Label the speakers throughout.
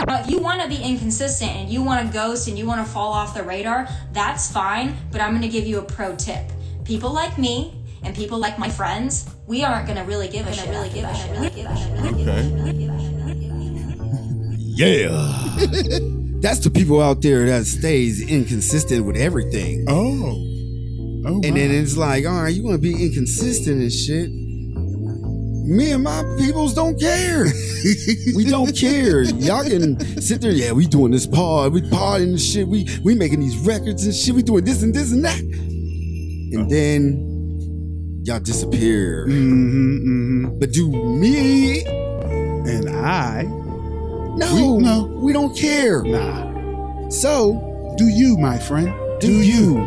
Speaker 1: to be inconsistent and you want to ghost and you want to fall off the radar, that's fine, but I'm going to give you a pro tip. People like me and people like my friends, we aren't going to really give a shit. Really give a shit. Really give a shit.
Speaker 2: Okay. Yeah.
Speaker 3: That's the people out there that stays inconsistent with everything.
Speaker 2: Oh. Oh.
Speaker 3: And then
Speaker 2: wow.
Speaker 3: it's like, all right, you want to be inconsistent and shit. Me and my peoples don't care. we don't care. Y'all can sit there. Yeah, we doing this pod. We podding and shit. We we making these records and shit. We doing this and this and that. And then y'all disappear.
Speaker 2: Mm-hmm,
Speaker 3: But do me?
Speaker 2: mm-hmm. And I,
Speaker 3: No,
Speaker 2: We- no.
Speaker 3: no, we don't care.
Speaker 2: nah.
Speaker 3: So
Speaker 2: Do you, my friend?
Speaker 3: do you.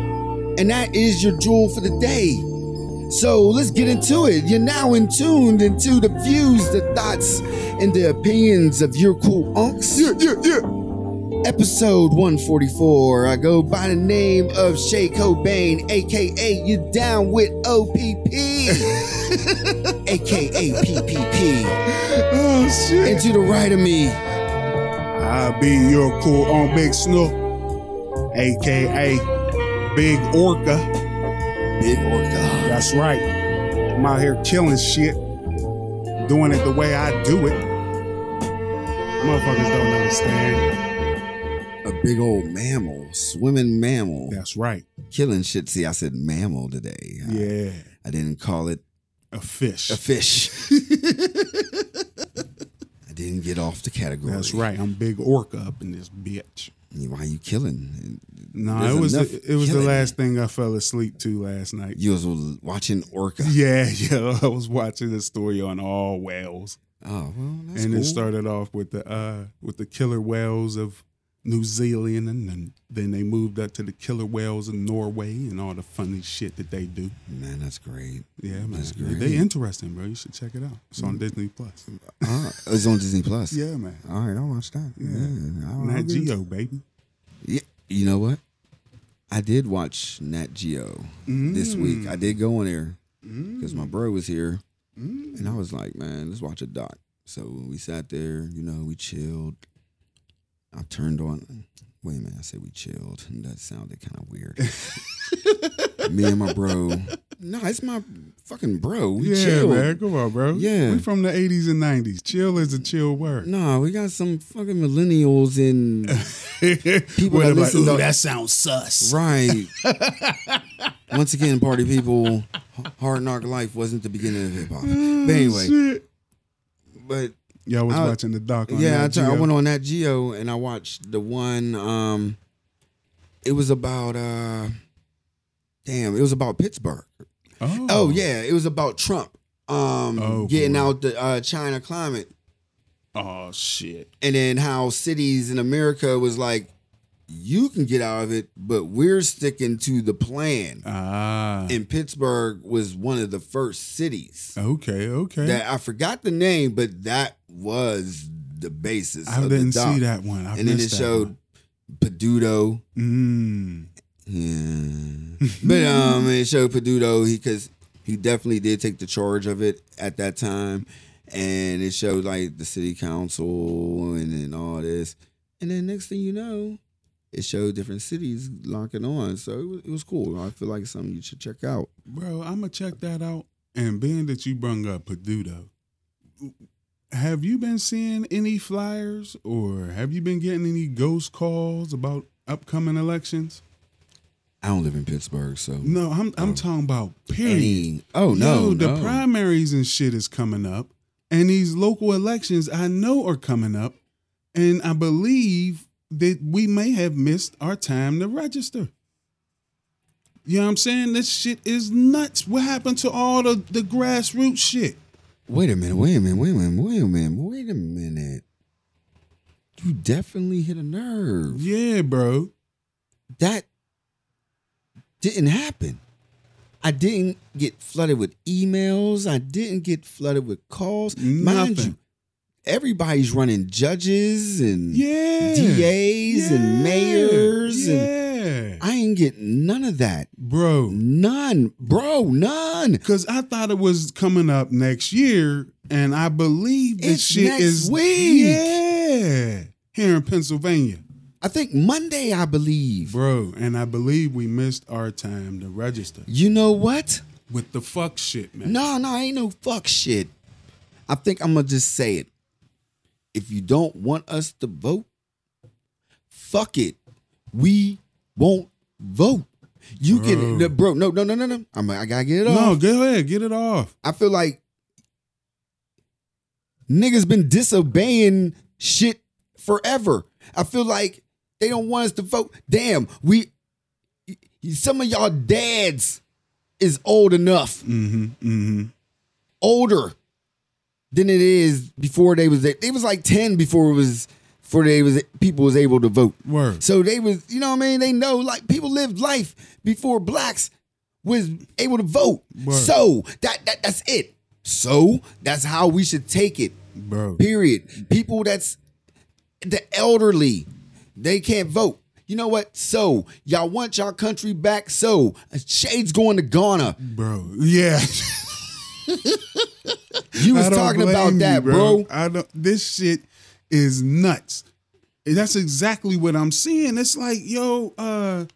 Speaker 3: And that is your jewel for the day. So let's get into it. You're now in tuned into the views, the thoughts, and the opinions of your cool unks. Yeah, yeah, yeah. Episode 144. I go by the name of Shay Cobain, aka you down with OPP, aka PPP.
Speaker 2: Oh shit.
Speaker 3: And to the right of me,
Speaker 2: I be your cool on Big Snook, aka Big Orca.
Speaker 3: Big Orca.
Speaker 2: That's right. I'm out here killing shit, doing it the way I do it. Motherfuckers don't understand.
Speaker 3: A big old mammal, swimming mammal.
Speaker 2: That's right.
Speaker 3: killing shit. See, I said mammal today. I-
Speaker 2: Yeah,
Speaker 3: I, didn't call it
Speaker 2: a fish.
Speaker 3: a fish. I didn't get off the category.
Speaker 2: That's right. I'm Big Orca up in this bitch.
Speaker 3: Why you killing?
Speaker 2: No,
Speaker 3: There's
Speaker 2: it was
Speaker 3: enough
Speaker 2: the, it was the
Speaker 3: killing.
Speaker 2: last thing I fell asleep to last night.
Speaker 3: You was watching Orca.
Speaker 2: Yeah, yeah. I was watching this story on all whales.
Speaker 3: Oh, well, that's
Speaker 2: and
Speaker 3: cool.
Speaker 2: it started off with the uh with the killer whales of New Zealand, and then, then they moved up to the killer whales of Norway and all the funny shit that they do.
Speaker 3: Man, that's great.
Speaker 2: Yeah, man,
Speaker 3: That's
Speaker 2: They-
Speaker 3: great. Mm.
Speaker 2: they interesting, bro. You should check it out. It's on Disney Plus.
Speaker 3: Ah, it's on Disney Plus.
Speaker 2: Yeah, man.
Speaker 3: All right, I'll watch that. Yeah. I'll- I'll
Speaker 2: Nat
Speaker 3: get it.
Speaker 2: Geo, baby.
Speaker 3: Yeah. You know what? I did watch Nat Geo this
Speaker 2: Mm.
Speaker 3: week. I did go on there because my bro was here,
Speaker 2: Mm.
Speaker 3: and I was like, "Man, let's watch a doc." So we sat there. You know, we chilled. I turned on. Wait a minute, I said we chilled, and that sounded kind of weird. Me and my bro. No, it's my fucking bro. We
Speaker 2: yeah,
Speaker 3: chilled.
Speaker 2: man. Come on, bro.
Speaker 3: Yeah.
Speaker 2: we from the '80s and '90s. Chill is a chill word.
Speaker 3: No, we got some fucking millennials in
Speaker 2: People
Speaker 3: that listen to-
Speaker 2: that sounds sus.
Speaker 3: Right. Once again, party people, h- Hard Knock Life wasn't the beginning of hip hop. But anyway,
Speaker 2: Mm, Shit.
Speaker 3: but
Speaker 2: Y'all was
Speaker 3: I-
Speaker 2: watching the doc. On
Speaker 3: yeah, I,
Speaker 2: Nat
Speaker 3: try, I
Speaker 2: Geo.
Speaker 3: went on that Geo and I watched the one. Um, it was about uh, damn, it was about Pittsburgh.
Speaker 2: Oh,
Speaker 3: Oh yeah, it was about Trump um
Speaker 2: Oh,
Speaker 3: getting
Speaker 2: boy.
Speaker 3: out the uh, China climate.
Speaker 2: Oh shit.
Speaker 3: and then how cities in America was like, you can get out of it, but we're sticking to the plan.
Speaker 2: Ah.
Speaker 3: And Pittsburgh was one of the first cities
Speaker 2: Okay, okay.
Speaker 3: that I forgot the name, but that was the basis.
Speaker 2: I
Speaker 3: of the
Speaker 2: didn't
Speaker 3: doc.
Speaker 2: see that one. I
Speaker 3: and then it
Speaker 2: missed that
Speaker 3: showed Peduto.
Speaker 2: one. Mm.
Speaker 3: Yeah, but um, it showed Peduto because he definitely did take the charge of it at that time, and it showed like the city council and then all this, and then next thing you know, it showed different cities locking on. So it was, it was cool. I feel like it's something you should check out.
Speaker 2: Mm. Bro, I'm going to check that out. And being that you brung up Paduto, have you been seeing any flyers or have you been getting any ghost calls about upcoming elections?
Speaker 3: I don't live in Pittsburgh, so
Speaker 2: No, I'm I'm talking about period.
Speaker 3: Um, Any- oh no,
Speaker 2: Yo, the
Speaker 3: no.
Speaker 2: primaries and shit is coming up, and these local elections I know are coming up, and I believe that we may have missed our time to register. You know what I'm saying? This shit is nuts. What happened to all the, the grassroots shit?
Speaker 3: Wait a minute, wait a minute, wait a minute, wait a minute, wait a minute. You definitely hit a nerve.
Speaker 2: Yeah, bro.
Speaker 3: that didn't happen. I didn't get flooded with emails. I didn't get flooded with calls. Mind
Speaker 2: Nothing.
Speaker 3: you, everybody's running judges and
Speaker 2: Yeah.
Speaker 3: DAs and mayors
Speaker 2: Yeah.
Speaker 3: and I ain't getting none of that.
Speaker 2: bro.
Speaker 3: None, bro, none.
Speaker 2: Cause I thought it was coming up next year, and I believe this
Speaker 3: It's
Speaker 2: shit
Speaker 3: next
Speaker 2: is
Speaker 3: week.
Speaker 2: Yeah, here in Pennsylvania.
Speaker 3: I think Monday, I believe.
Speaker 2: Bro, and I believe we missed our time to register
Speaker 3: You know what?
Speaker 2: with the fuck shit, man.
Speaker 3: No, no, ain't no fuck shit. I think I'm gonna just say it. If you don't want us to vote, fuck it. We won't vote. You can,
Speaker 2: Bro.
Speaker 3: no, bro. No, no, no, no, no. I'm. I gotta get it
Speaker 2: No,
Speaker 3: off.
Speaker 2: go ahead, get it off.
Speaker 3: I feel like niggas been disobeying shit forever. I feel like they don't want us to vote. Damn, we. y- y- Some of y'all dads is old enough
Speaker 2: Mm-hmm. Mm-hmm.
Speaker 3: older than it is before they was it was like 10 before it was before they was people was able to vote
Speaker 2: Word.
Speaker 3: so they was you know what i mean they know like people lived life before blacks was able to vote
Speaker 2: Word.
Speaker 3: so that, that that's it so that's how we should take it
Speaker 2: Bro.
Speaker 3: period people that's the elderly they can't vote you know what so y'all want y'all country back so shades going to ghana
Speaker 2: Bro. Yeah.
Speaker 3: you was
Speaker 2: I don't
Speaker 3: talking about
Speaker 2: blame you,
Speaker 3: that bro.
Speaker 2: I don't. This shit is nuts. And that's exactly what I'm seeing. It's like, yo, uh,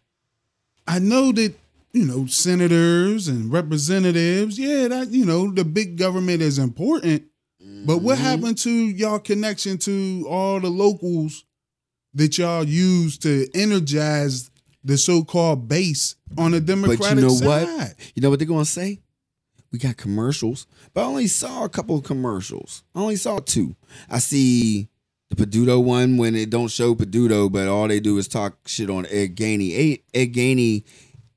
Speaker 2: I know that you know senators and representatives. Yeah, that you know the big government is important. But what
Speaker 3: Mm-hmm.
Speaker 2: happened to y'all connection to all the locals that y'all use to energize the so-called base on the Democratic
Speaker 3: But you know
Speaker 2: side?
Speaker 3: what? You know what they're gonna say? We got commercials, but I only saw a couple of commercials. I only saw two. I see the Peduto one when it don't show Peduto, but all they do is talk shit on Ed Gainey. Ed, Ed Gainey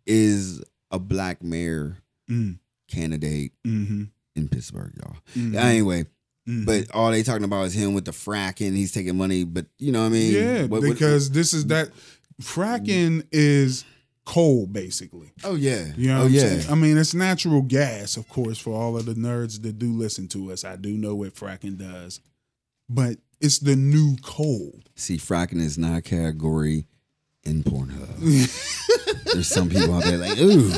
Speaker 3: is a black mayor
Speaker 2: Mm,
Speaker 3: candidate
Speaker 2: mm-hmm,
Speaker 3: in Pittsburgh, y'all.
Speaker 2: Mhm.
Speaker 3: Anyway,
Speaker 2: Mhm.
Speaker 3: but all they talking about is him with the fracking. He's taking money, but you know what I mean?
Speaker 2: Yeah,
Speaker 3: What- what-
Speaker 2: because this is that fracking is coal basically.
Speaker 3: oh yeah,
Speaker 2: You know what
Speaker 3: oh
Speaker 2: I'm
Speaker 3: yeah.
Speaker 2: saying? I mean, it's natural gas, of course, for all of the nerds that do listen to us. I do know what fracking does, but it's the new coal.
Speaker 3: See, fracking is not a category in Pornhub. There's some people out there like, ooh,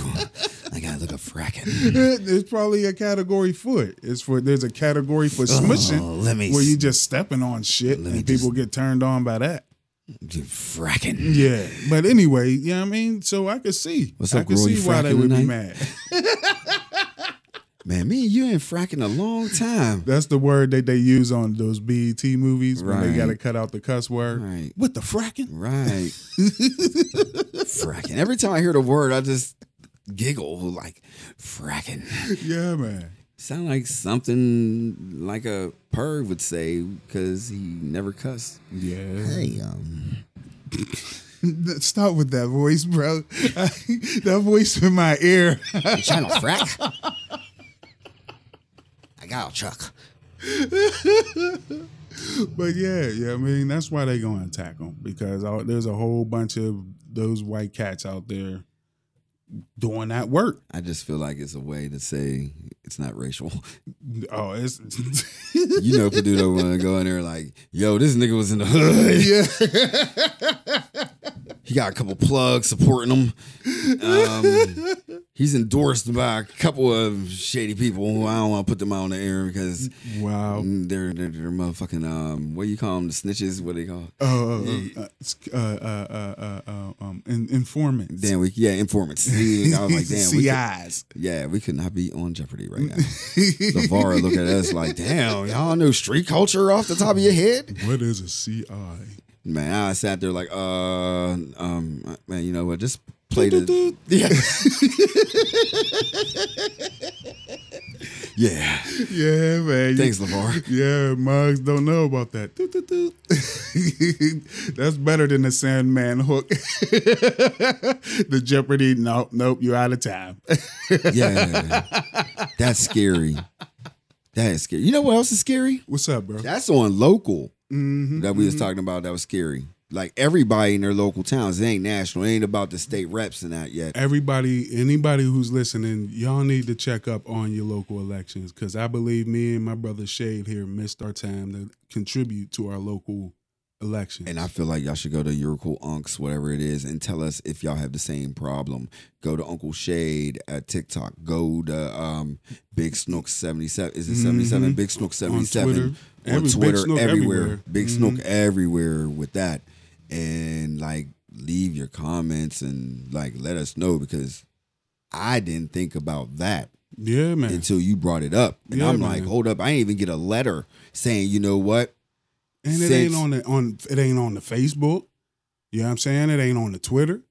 Speaker 3: I gotta look up fracking.
Speaker 2: There's probably a category for it. It's for there's a category for smishing
Speaker 3: Oh, let me
Speaker 2: where you
Speaker 3: s-
Speaker 2: just stepping on shit
Speaker 3: Let me
Speaker 2: and people get turned on by that.
Speaker 3: do fracking.
Speaker 2: Yeah, but anyway, you know what I mean. So I could see,
Speaker 3: What's
Speaker 2: I
Speaker 3: up,
Speaker 2: could
Speaker 3: girl?
Speaker 2: see
Speaker 3: You
Speaker 2: why they
Speaker 3: fracking
Speaker 2: would be
Speaker 3: tonight?
Speaker 2: mad.
Speaker 3: Man, me and you ain't fracking a long time.
Speaker 2: That's the word that they use on those BET movies when
Speaker 3: Right.
Speaker 2: they got to cut out the cuss word.
Speaker 3: Right.
Speaker 2: What the fracking?
Speaker 3: Right. fracking. Every time I hear the word, I just giggle like fracking.
Speaker 2: Yeah, man.
Speaker 3: Sound like something like a perv would say because he never cussed.
Speaker 2: Yeah.
Speaker 3: Hey, um,
Speaker 2: Stop with that voice, bro. that voice in my ear.
Speaker 3: You trying to frack? I got a truck.
Speaker 2: but yeah, yeah, I mean, that's why they going to attack them because all, there's a whole bunch of those white cats out there doing that work.
Speaker 3: I just feel like it's a way to say it's not racial.
Speaker 2: Oh, it's.
Speaker 3: You know, Paduto want to go in there like, yo, this nigga was in the hood.
Speaker 2: yeah.
Speaker 3: He got a couple plugs supporting him. Um, he's endorsed by a couple of shady people who I don't want to put them out on the air because
Speaker 2: Wow.
Speaker 3: they're, they're, they're motherfucking, um, what do you call them? The snitches? What do they call it?
Speaker 2: Oh, oh, oh, uh, it's- uh, uh, uh, uh, uh, um, in- informant.
Speaker 3: Damn, we, yeah, informants. I was like, damn, we could-
Speaker 2: CIs.
Speaker 3: Yeah, we could not be on Jeopardy right now. Lavara look at us like, damn, y'all know street culture off the top of your head?
Speaker 2: What is a CI?
Speaker 3: Man, I sat there like, uh, um, man, you know what? Just play the. Yeah. yeah.
Speaker 2: Yeah, man.
Speaker 3: Thanks, Lavar.
Speaker 2: Yeah, mugs don't know about that. Doot, doot, doot. That's better than the Sandman hook. the Jeopardy. Nope, nope. You're out of time.
Speaker 3: Yeah. That's scary. That is scary. You know what else is scary?
Speaker 2: What's up, bro?
Speaker 3: That's on local
Speaker 2: Mm-hmm.
Speaker 3: that we was talking about that was scary. Like everybody in their local towns. It ain't national. It ain't about the state reps and that yet.
Speaker 2: Everybody, anybody who's listening, y'all need to check up on your local elections because I believe me and my brother Shade here missed our time to contribute to our local election.
Speaker 3: And I feel like y'all should go to your Uncle Unks, whatever it is, and tell us if y'all have the same problem. Go to Uncle Shade at TikTok. Go to um, Big Snook 77. Is it 77?
Speaker 2: Mhm.
Speaker 3: Big Snook
Speaker 2: on Twitter,
Speaker 3: 77. on
Speaker 2: Every- Big
Speaker 3: Twitter,
Speaker 2: Snook
Speaker 3: everywhere.
Speaker 2: everywhere. Mm-hmm.
Speaker 3: Big Snook everywhere with that, and like leave your comments and like let us know because I didn't think about that
Speaker 2: Yeah, man.
Speaker 3: until you brought it up, and
Speaker 2: Yeah,
Speaker 3: I'm like,
Speaker 2: man.
Speaker 3: hold up, I ain't even get a letter saying, you know what?
Speaker 2: and it
Speaker 3: since-
Speaker 2: ain't on the on it ain't on the Facebook. You know what I'm saying? It ain't on the Twitter.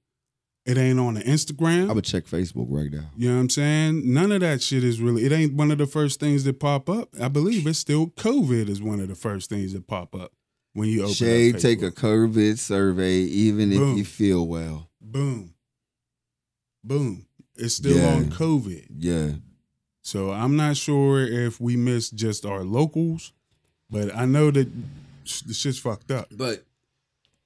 Speaker 2: It ain't on the Instagram.
Speaker 3: I would check Facebook right now.
Speaker 2: You know what I'm saying? None of that shit is really. It ain't one of the first things that pop up. I believe it's still COVID is one of the first things that pop up when you open.
Speaker 3: Shay,
Speaker 2: up
Speaker 3: take a
Speaker 2: Facebook.
Speaker 3: COVID survey, even
Speaker 2: Boom.
Speaker 3: if you feel well.
Speaker 2: boom, boom. It's still
Speaker 3: Yeah.
Speaker 2: on COVID.
Speaker 3: Yeah,
Speaker 2: So I'm not sure if we missed just our locals, but I know that sh- the shit's fucked up.
Speaker 3: but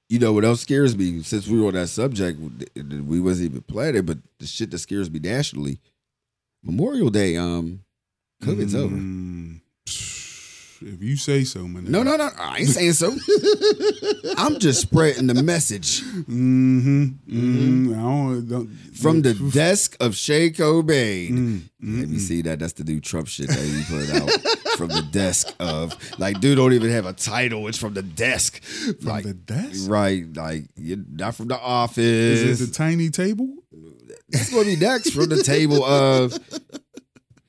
Speaker 3: you know what else scares me? Since we were on that subject, th- th- we wasn't even planning, but the shit that scares me nationally, Memorial Day, um, COVID's over.
Speaker 2: Mm, If you say so, man.
Speaker 3: No, no, no, I ain't saying so. I'm just spreading the message
Speaker 2: Mm-hmm. Mm-hmm. I don't, don't,
Speaker 3: from the desk of Shay Cobain.
Speaker 2: Mm, mm,
Speaker 3: Let me
Speaker 2: mm.
Speaker 3: see that. That's the new Trump shit that he put out from the desk of like, dude, don't even have a title. It's from the desk,
Speaker 2: from
Speaker 3: like,
Speaker 2: the desk.
Speaker 3: right? Like, you're not from the office.
Speaker 2: Is it the tiny table?
Speaker 3: That's gonna be next from the table of,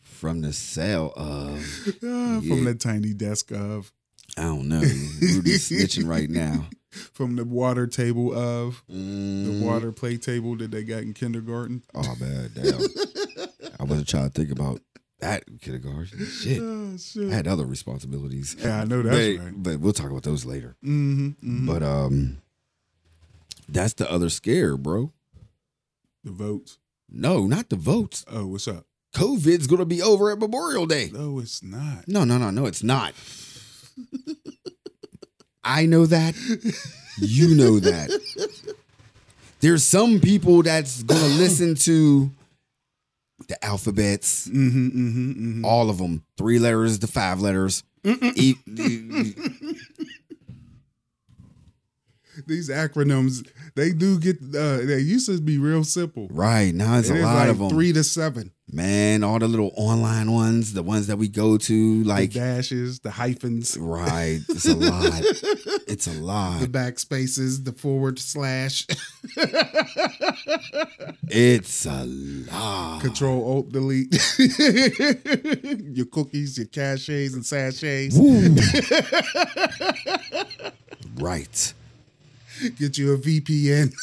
Speaker 3: from the cell of.
Speaker 2: Uh,
Speaker 3: Yeah.
Speaker 2: From the tiny desk of,
Speaker 3: I don't know. Rudy's snitching right now.
Speaker 2: from the water table of, the
Speaker 3: Mm.
Speaker 2: water play table that they got in kindergarten.
Speaker 3: Oh man, damn. I wasn't trying to think about that in kindergarten. Shit,
Speaker 2: Oh,
Speaker 3: I
Speaker 2: shit.
Speaker 3: had other responsibilities.
Speaker 2: Yeah, I know that's
Speaker 3: but,
Speaker 2: right.
Speaker 3: But we'll talk about those later.
Speaker 2: Mm-hmm, hmm
Speaker 3: But um, that's the other scare, bro.
Speaker 2: the votes.
Speaker 3: No, not the votes.
Speaker 2: Oh, what's up?
Speaker 3: COVID's gonna be over at Memorial Day.
Speaker 2: No, it's not.
Speaker 3: No, no, no, no, it's not. I know that. You know that. There's some people that's gonna listen to the alphabets,
Speaker 2: Mm-hmm, mm-hmm, mm-hmm.
Speaker 3: all of them, three letters to five letters. E-
Speaker 2: These acronyms, they do get. Uh, they used to be real simple.
Speaker 3: right now, it's
Speaker 2: It
Speaker 3: a
Speaker 2: is
Speaker 3: lot
Speaker 2: like
Speaker 3: of them.
Speaker 2: Three to seven.
Speaker 3: Man, all the little online ones, the ones that we go to, like
Speaker 2: the dashes, the hyphens,
Speaker 3: Right. It's a lot. it's a
Speaker 2: the
Speaker 3: lot.
Speaker 2: backspaces, the forward slash,
Speaker 3: It's a lot.
Speaker 2: control alt delete, your cookies, your caches and sachets.
Speaker 3: Woo. right.
Speaker 2: Get you a VPN.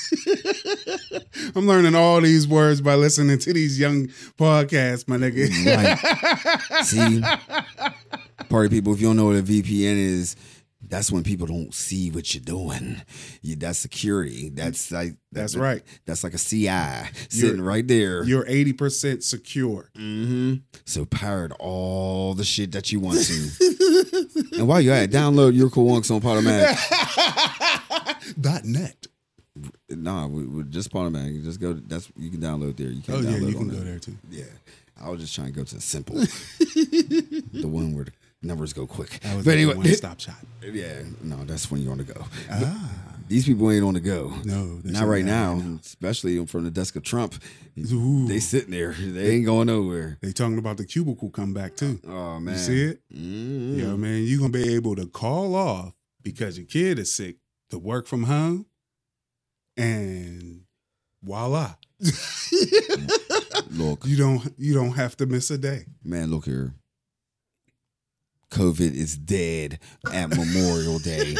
Speaker 2: I'm learning all these words by listening to these young podcasts, my
Speaker 3: Mm.
Speaker 2: nigga.
Speaker 3: Right. See? Party people, if you don't know what a VPN is, that's when people don't see what you're doing. You, that's security. That's like
Speaker 2: That's
Speaker 3: that-
Speaker 2: right.
Speaker 3: That's like a CI sitting right there.
Speaker 2: You're 80% secure.
Speaker 3: hmm So pirate all the shit that you want to. and while you're at it, download your cool Unks on Podomatic.
Speaker 2: Dot net.
Speaker 3: Nah, we, we just Podomatic. You Just go. That's you can download there. You can
Speaker 2: Oh yeah,
Speaker 3: download
Speaker 2: you
Speaker 3: on
Speaker 2: can go
Speaker 3: that.
Speaker 2: there too.
Speaker 3: Yeah, I was just trying to go to the simple, the one where the numbers go quick.
Speaker 2: That was
Speaker 3: But
Speaker 2: the
Speaker 3: anyway,
Speaker 2: one stop shop.
Speaker 3: yeah, no, that's when you're on the go.
Speaker 2: Ah,
Speaker 3: These people ain't on the go.
Speaker 2: no, that's
Speaker 3: Not right now, especially from the desk of Trump.
Speaker 2: Ooh.
Speaker 3: They sitting there. They ain't going nowhere.
Speaker 2: They talking about the cubicle comeback too.
Speaker 3: Oh man,
Speaker 2: You see it?
Speaker 3: Mm.
Speaker 2: Yo, man, you gonna be able to call off because your kid is sick to work from home, and voila,
Speaker 3: Look,
Speaker 2: you don't you don't have to miss a day.
Speaker 3: man, look here. COVID is dead at Memorial Day.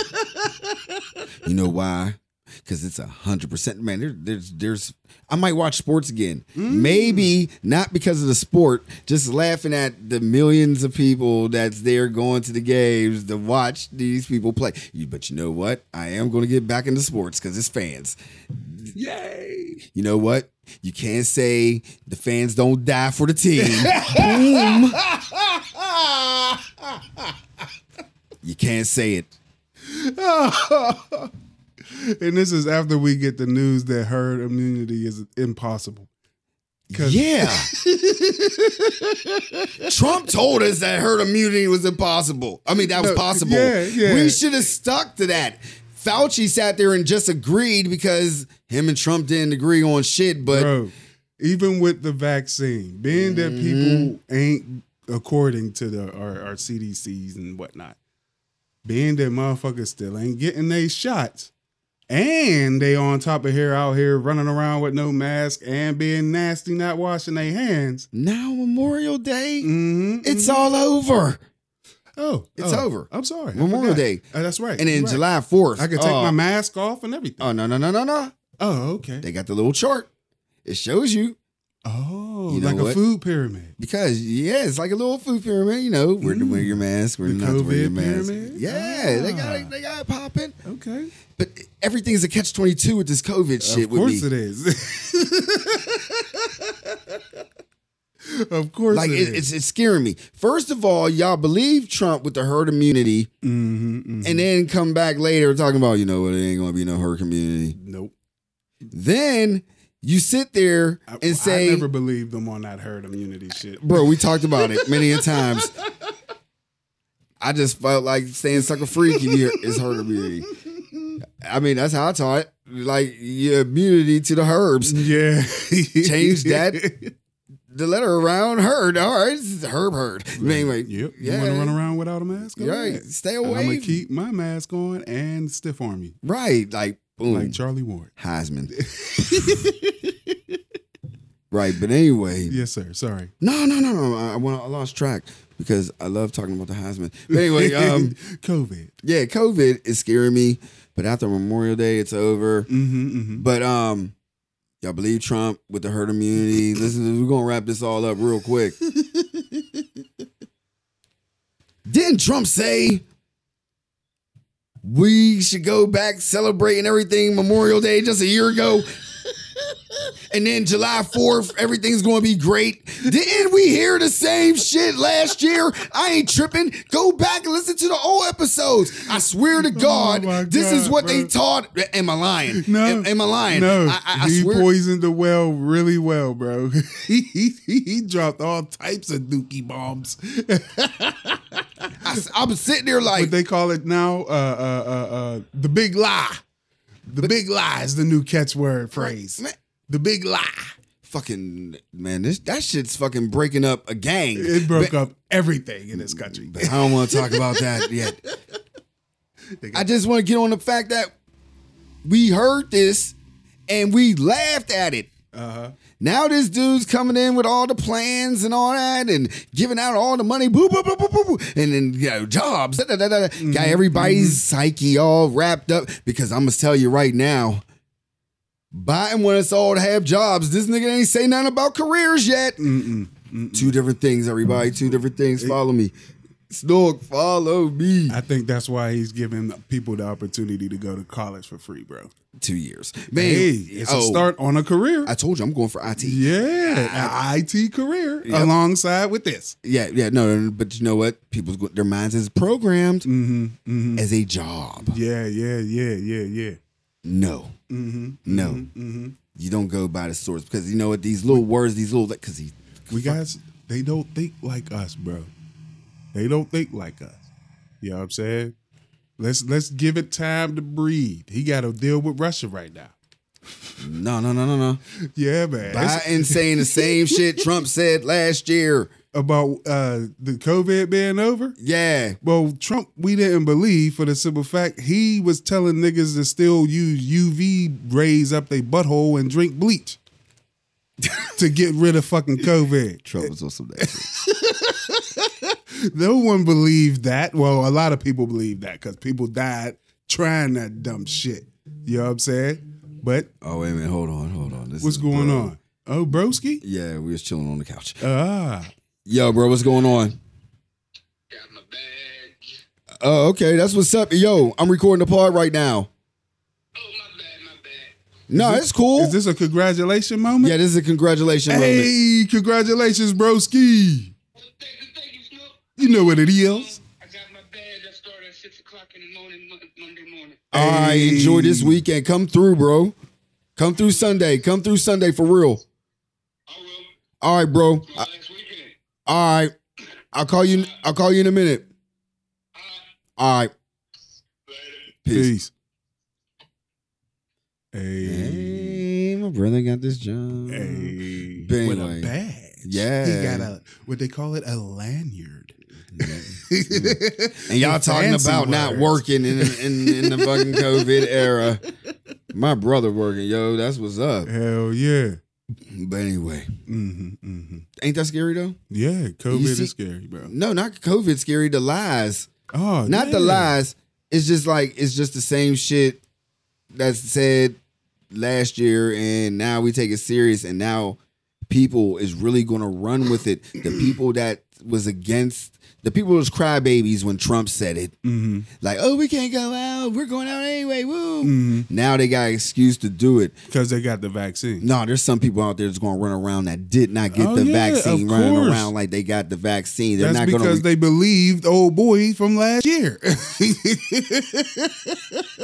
Speaker 3: you know why? Because it's a hundred percent. Man, there, there's there's. I might watch sports again. Maybe not because of the sport. Just laughing at the millions of people that's there going to the games to watch these people play. You, but you know what? I am going to get back into sports because it's fans. Yay! You know what? You can't say the fans don't die for the team. Boom. You can't say it.
Speaker 2: And this is after we get the news that herd immunity is impossible. 'Cause-
Speaker 3: Yeah. Trump told us that herd immunity was impossible. I mean, that was
Speaker 2: No,
Speaker 3: possible.
Speaker 2: yeah, yeah.
Speaker 3: We should have stuck to that. Fauci sat there and just agreed because him and Trump didn't agree on shit, but
Speaker 2: bro. Even with the vaccine, being
Speaker 3: Mm-hmm.
Speaker 2: that people ain't according to the our, our CDCs and whatnot, being that motherfuckers still ain't getting they shots, and they on top of here out here running around with no mask and being nasty, not washing their hands.
Speaker 3: Now Memorial Day,
Speaker 2: Mm-hmm.
Speaker 3: it's all over.
Speaker 2: oh,
Speaker 3: it's
Speaker 2: oh,
Speaker 3: over.
Speaker 2: I'm sorry. I
Speaker 3: Memorial
Speaker 2: forgot.
Speaker 3: Day.
Speaker 2: Uh, that's right.
Speaker 3: And then
Speaker 2: You're right.
Speaker 3: July 4th.
Speaker 2: I can take
Speaker 3: uh,
Speaker 2: my mask off and everything.
Speaker 3: Oh, no, no, no, no, no.
Speaker 2: oh, okay.
Speaker 3: They got the little chart. It shows you
Speaker 2: Oh,
Speaker 3: You know
Speaker 2: like a
Speaker 3: what?
Speaker 2: food pyramid.
Speaker 3: because, yeah, it's like a little food pyramid. You know, we're to wear your mask, we're
Speaker 2: Mm. The
Speaker 3: not to wear your
Speaker 2: COVID
Speaker 3: mask.
Speaker 2: pyramid?
Speaker 3: Yeah, they got
Speaker 2: Ah.
Speaker 3: it, they got it popping.
Speaker 2: Okay.
Speaker 3: But everything's a catch 22 with this COVID shit
Speaker 2: of
Speaker 3: with
Speaker 2: course
Speaker 3: me.
Speaker 2: it is. of course
Speaker 3: Like, it, it's, it's scaring me. First of all, y'all believe Trump with the herd immunity
Speaker 2: mm-hmm,
Speaker 3: and then come back later talking about, you know what, it ain't going to be no herd community.
Speaker 2: nope.
Speaker 3: Then you sit there
Speaker 2: I,
Speaker 3: and say,
Speaker 2: I never believed them on that herd immunity shit.
Speaker 3: bro, we talked about it many a times. I just felt like staying sucker free can be- is herd immunity. I mean, that's how I taught it. Like your immunity to the herbs.
Speaker 2: Yeah.
Speaker 3: Change that. The letter around herd. All right, this is herb herd. But anyway,
Speaker 2: Yep.
Speaker 3: yeah,
Speaker 2: You want to run around without a mask? Go
Speaker 3: right.
Speaker 2: ahead.
Speaker 3: Stay
Speaker 2: I'm
Speaker 3: away.
Speaker 2: gonna keep my mask on and stiff arm you,
Speaker 3: right, like boom,
Speaker 2: like Charlie Ward.
Speaker 3: Heisman. right, but anyway,
Speaker 2: Yes, sir. Sorry.
Speaker 3: no, no, no, no. I, I went- I lost track because I love talking about the Heisman. But anyway, um.
Speaker 2: COVID.
Speaker 3: yeah, COVID is scaring me. But after Memorial Day, it's over.
Speaker 2: Mm-hmm, mm-hmm.
Speaker 3: But um, y'all believe Trump with the herd immunity? Listen, we're gonna wrap this all up real quick. Didn't Trump say we should go back celebrating everything Memorial Day just a year ago? And then July 4th, everything's gonna be great. Didn't we hear the same shit last year? I ain't tripping. Go back and listen to the old episodes. I swear to Oh God,
Speaker 2: my
Speaker 3: this is
Speaker 2: God,
Speaker 3: what they
Speaker 2: bro.
Speaker 3: taught. Am I lying?
Speaker 2: No.
Speaker 3: Am, am I lying?
Speaker 2: No,
Speaker 3: I, I, I
Speaker 2: he
Speaker 3: swear.
Speaker 2: poisoned the well really well, bro. he, he he dropped all types of dookie bombs.
Speaker 3: I, am sitting there like,
Speaker 2: what they call it now, uh, uh, uh, uh, the big lie. The big lie is the new catchword phrase.
Speaker 3: man, ah,
Speaker 2: The big lie.
Speaker 3: fucking man, this that shit's fucking breaking up a gang.
Speaker 2: It broke up everything in this country.
Speaker 3: But I don't want to talk about that yet. I just want to get on the fact that we heard this and we laughed at it.
Speaker 2: Uh-huh.
Speaker 3: Now this dude's coming in with all the plans and all that, and giving out all the money, boo, boo, boo, boo, boo, boo, and then you know jobs. Da, da, da, da, da.
Speaker 2: Mm-hmm.
Speaker 3: Got everybody's psyche all wrapped up because I'm gonna tell you right now, Biden want us all to have jobs. This nigga ain't say nothing about careers yet.
Speaker 2: Mm-mm.
Speaker 3: Two different things, everybody. Two different things. Follow me, Snork. Follow me.
Speaker 2: I think that's why he's giving people the opportunity to go to college for free, bro.
Speaker 3: Two years, man.
Speaker 2: hey, it's a
Speaker 3: oh,
Speaker 2: start on a career.
Speaker 3: I told you I'm going for IT.
Speaker 2: yeah, an IT career alongside with this.
Speaker 3: Yeah, yeah, no, no, but you know what? People's go- their minds is programmed
Speaker 2: Mm-hmm,
Speaker 3: as a job.
Speaker 2: Yeah, yeah, yeah, yeah, yeah.
Speaker 3: No,
Speaker 2: Mm-hmm,
Speaker 3: no, you don't go by the source because you know what? These little words, these little because he
Speaker 2: We guys, they don't think like us, bro. They don't think like us. You know what I'm saying? Let's let's give it time to breathe. He got to deal with Russia right now.
Speaker 3: no, no, no, no, no.
Speaker 2: Yeah, man. It's
Speaker 3: Biden saying the same shit Trump said last year.
Speaker 2: about uh, the COVID being over.
Speaker 3: Yeah,
Speaker 2: Well, Trump, we didn't believe for the simple fact he was telling niggas to still use UV rays up their butthole and drink bleach to get rid of fucking COVID.
Speaker 3: Trump was on some that shit.
Speaker 2: No one believed that. Well, a lot of people believe that because people died trying that dumb shit. You know what I'm saying? But
Speaker 3: Oh wait a minute, hold on, hold on. This
Speaker 2: what's
Speaker 3: is
Speaker 2: going
Speaker 3: bro.
Speaker 2: on? Oh, broski?
Speaker 3: Yeah, we was chilling on the couch.
Speaker 2: Ah.
Speaker 3: Yo, bro, what's going on?
Speaker 4: Got my bag.
Speaker 3: Oh, okay, that's what's up. Yo, I'm recording the pod right now.
Speaker 4: Oh, my bad, my bad.
Speaker 3: No, it's cool.
Speaker 2: Is this a congratulation moment?
Speaker 3: yeah, this is a congratulation moment.
Speaker 2: Hey, congratulations, broski.
Speaker 4: Well, thank you, thank you, Snoop.
Speaker 2: You know what it is.
Speaker 4: I got my bag. I started at 6 o'clock in the morning, Mon- Monday morning.
Speaker 3: All right, enjoy this weekend. Come through, bro. Come through Sunday. Come through Sunday for real.
Speaker 4: I will.
Speaker 3: All right, bro. I-
Speaker 4: last weekend.
Speaker 3: all right, I'll call you. I'll call you in a minute. All right,
Speaker 4: Later.
Speaker 3: peace.
Speaker 2: Peace. Hey.
Speaker 3: Hey, my brother got this job.
Speaker 2: Hey.
Speaker 3: But
Speaker 2: With a
Speaker 3: anyway.
Speaker 2: badge.
Speaker 3: Yeah.
Speaker 2: He got a, what they call it, a lanyard.
Speaker 3: Mm-hmm. And y'all talking
Speaker 5: fancy
Speaker 3: about not
Speaker 5: words.
Speaker 3: working in, in in the fucking COVID era. My brother working, yo, that's what's up.
Speaker 2: Hell yeah.
Speaker 3: But anyway,
Speaker 5: Mm-hmm,
Speaker 2: hmm hmm
Speaker 3: ain't that scary though?
Speaker 2: Yeah, COVID
Speaker 3: see-
Speaker 2: is scary, bro.
Speaker 3: No, not COVID scary. The lies,
Speaker 2: Oh,
Speaker 3: not the
Speaker 2: yeah.
Speaker 3: lies. It's just like it's just the same shit that's said last year, and now we take it serious, and now people is really gonna run with it. The people that was against the people was crybabies when Trump said it.
Speaker 2: Mhm.
Speaker 3: Like, oh, we can't go out. We're going out anyway. Woo.
Speaker 2: Mhm.
Speaker 3: Now they got an excuse to do it.
Speaker 2: Because they got the vaccine.
Speaker 3: No, there's some people out there that's going to run around that did not get
Speaker 2: Oh,
Speaker 3: the
Speaker 2: yeah,
Speaker 3: vaccine,
Speaker 2: of
Speaker 3: running
Speaker 2: course.
Speaker 3: around like they got the vaccine. They're
Speaker 2: That's
Speaker 3: not
Speaker 2: because
Speaker 3: going to.
Speaker 2: they believed old boy from last year.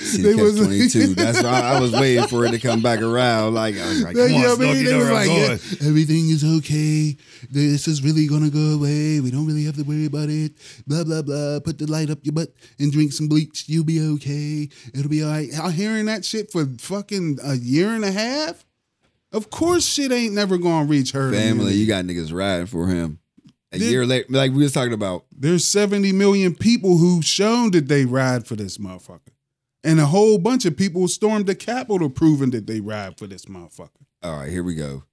Speaker 3: They
Speaker 2: they
Speaker 3: was
Speaker 2: was-
Speaker 3: 22. That's why I was waiting for it to come back around. Like, I was like, come
Speaker 2: You
Speaker 3: on,
Speaker 2: know what I
Speaker 3: Snoop,
Speaker 2: mean?
Speaker 3: you
Speaker 2: They
Speaker 3: know
Speaker 2: was
Speaker 3: where I'm
Speaker 2: like,
Speaker 3: going.
Speaker 2: "Yeah, everything is okay. This is really gonna go away. We don't really have to worry about it. Blah blah blah. Put the light up your butt and drink some bleach. You'll be okay. It'll be all right. I'm hearing that shit for fucking a year and a half. Of course, shit ain't never gonna reach her
Speaker 3: Family,
Speaker 2: immunity.
Speaker 3: you got niggas riding for him. A
Speaker 2: Did-
Speaker 3: year later, like we was talking about,
Speaker 2: There's 70 million people who shown that they ride for this motherfucker, and a whole bunch of people stormed the Capitol proving that they ride for this motherfucker.
Speaker 3: all right, here we go.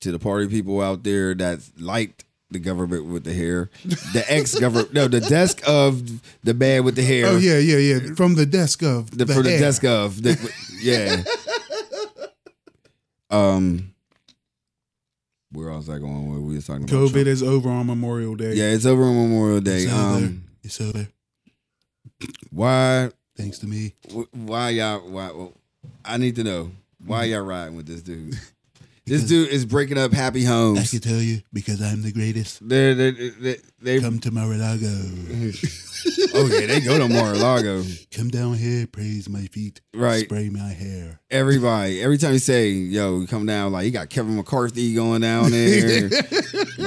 Speaker 3: To the party people out there that liked the government with the hair, the ex government, no, the desk of the man with the hair.
Speaker 2: Oh yeah, yeah, yeah. From the desk of
Speaker 3: the, for the
Speaker 2: air.
Speaker 3: desk of the, yeah. um, where else I going? What we was talking about?
Speaker 2: COVID
Speaker 3: Trump.
Speaker 2: is over on Memorial Day.
Speaker 3: Yeah, it's over on Memorial Day.
Speaker 2: it's over.
Speaker 3: Um,
Speaker 2: it's over.
Speaker 3: why?
Speaker 2: Thanks to me.
Speaker 3: wh- Why y'all? Why? Well, I need to know why y'all riding with this dude. This
Speaker 2: Because-
Speaker 3: dude is breaking up happy
Speaker 2: I
Speaker 3: homes.
Speaker 2: can tell you because I'm the greatest.
Speaker 3: They're, they're, they're, they
Speaker 2: Come to Mar-a-Lago.
Speaker 3: Mm-hmm. oh yeah, they go to Mar-a-Lago.
Speaker 2: Come down here, praise my feet.
Speaker 3: Right.
Speaker 2: Spray my hair.
Speaker 3: Everybody, every time you say, "Yo, you come down," like you got Kevin McCarthy going down there,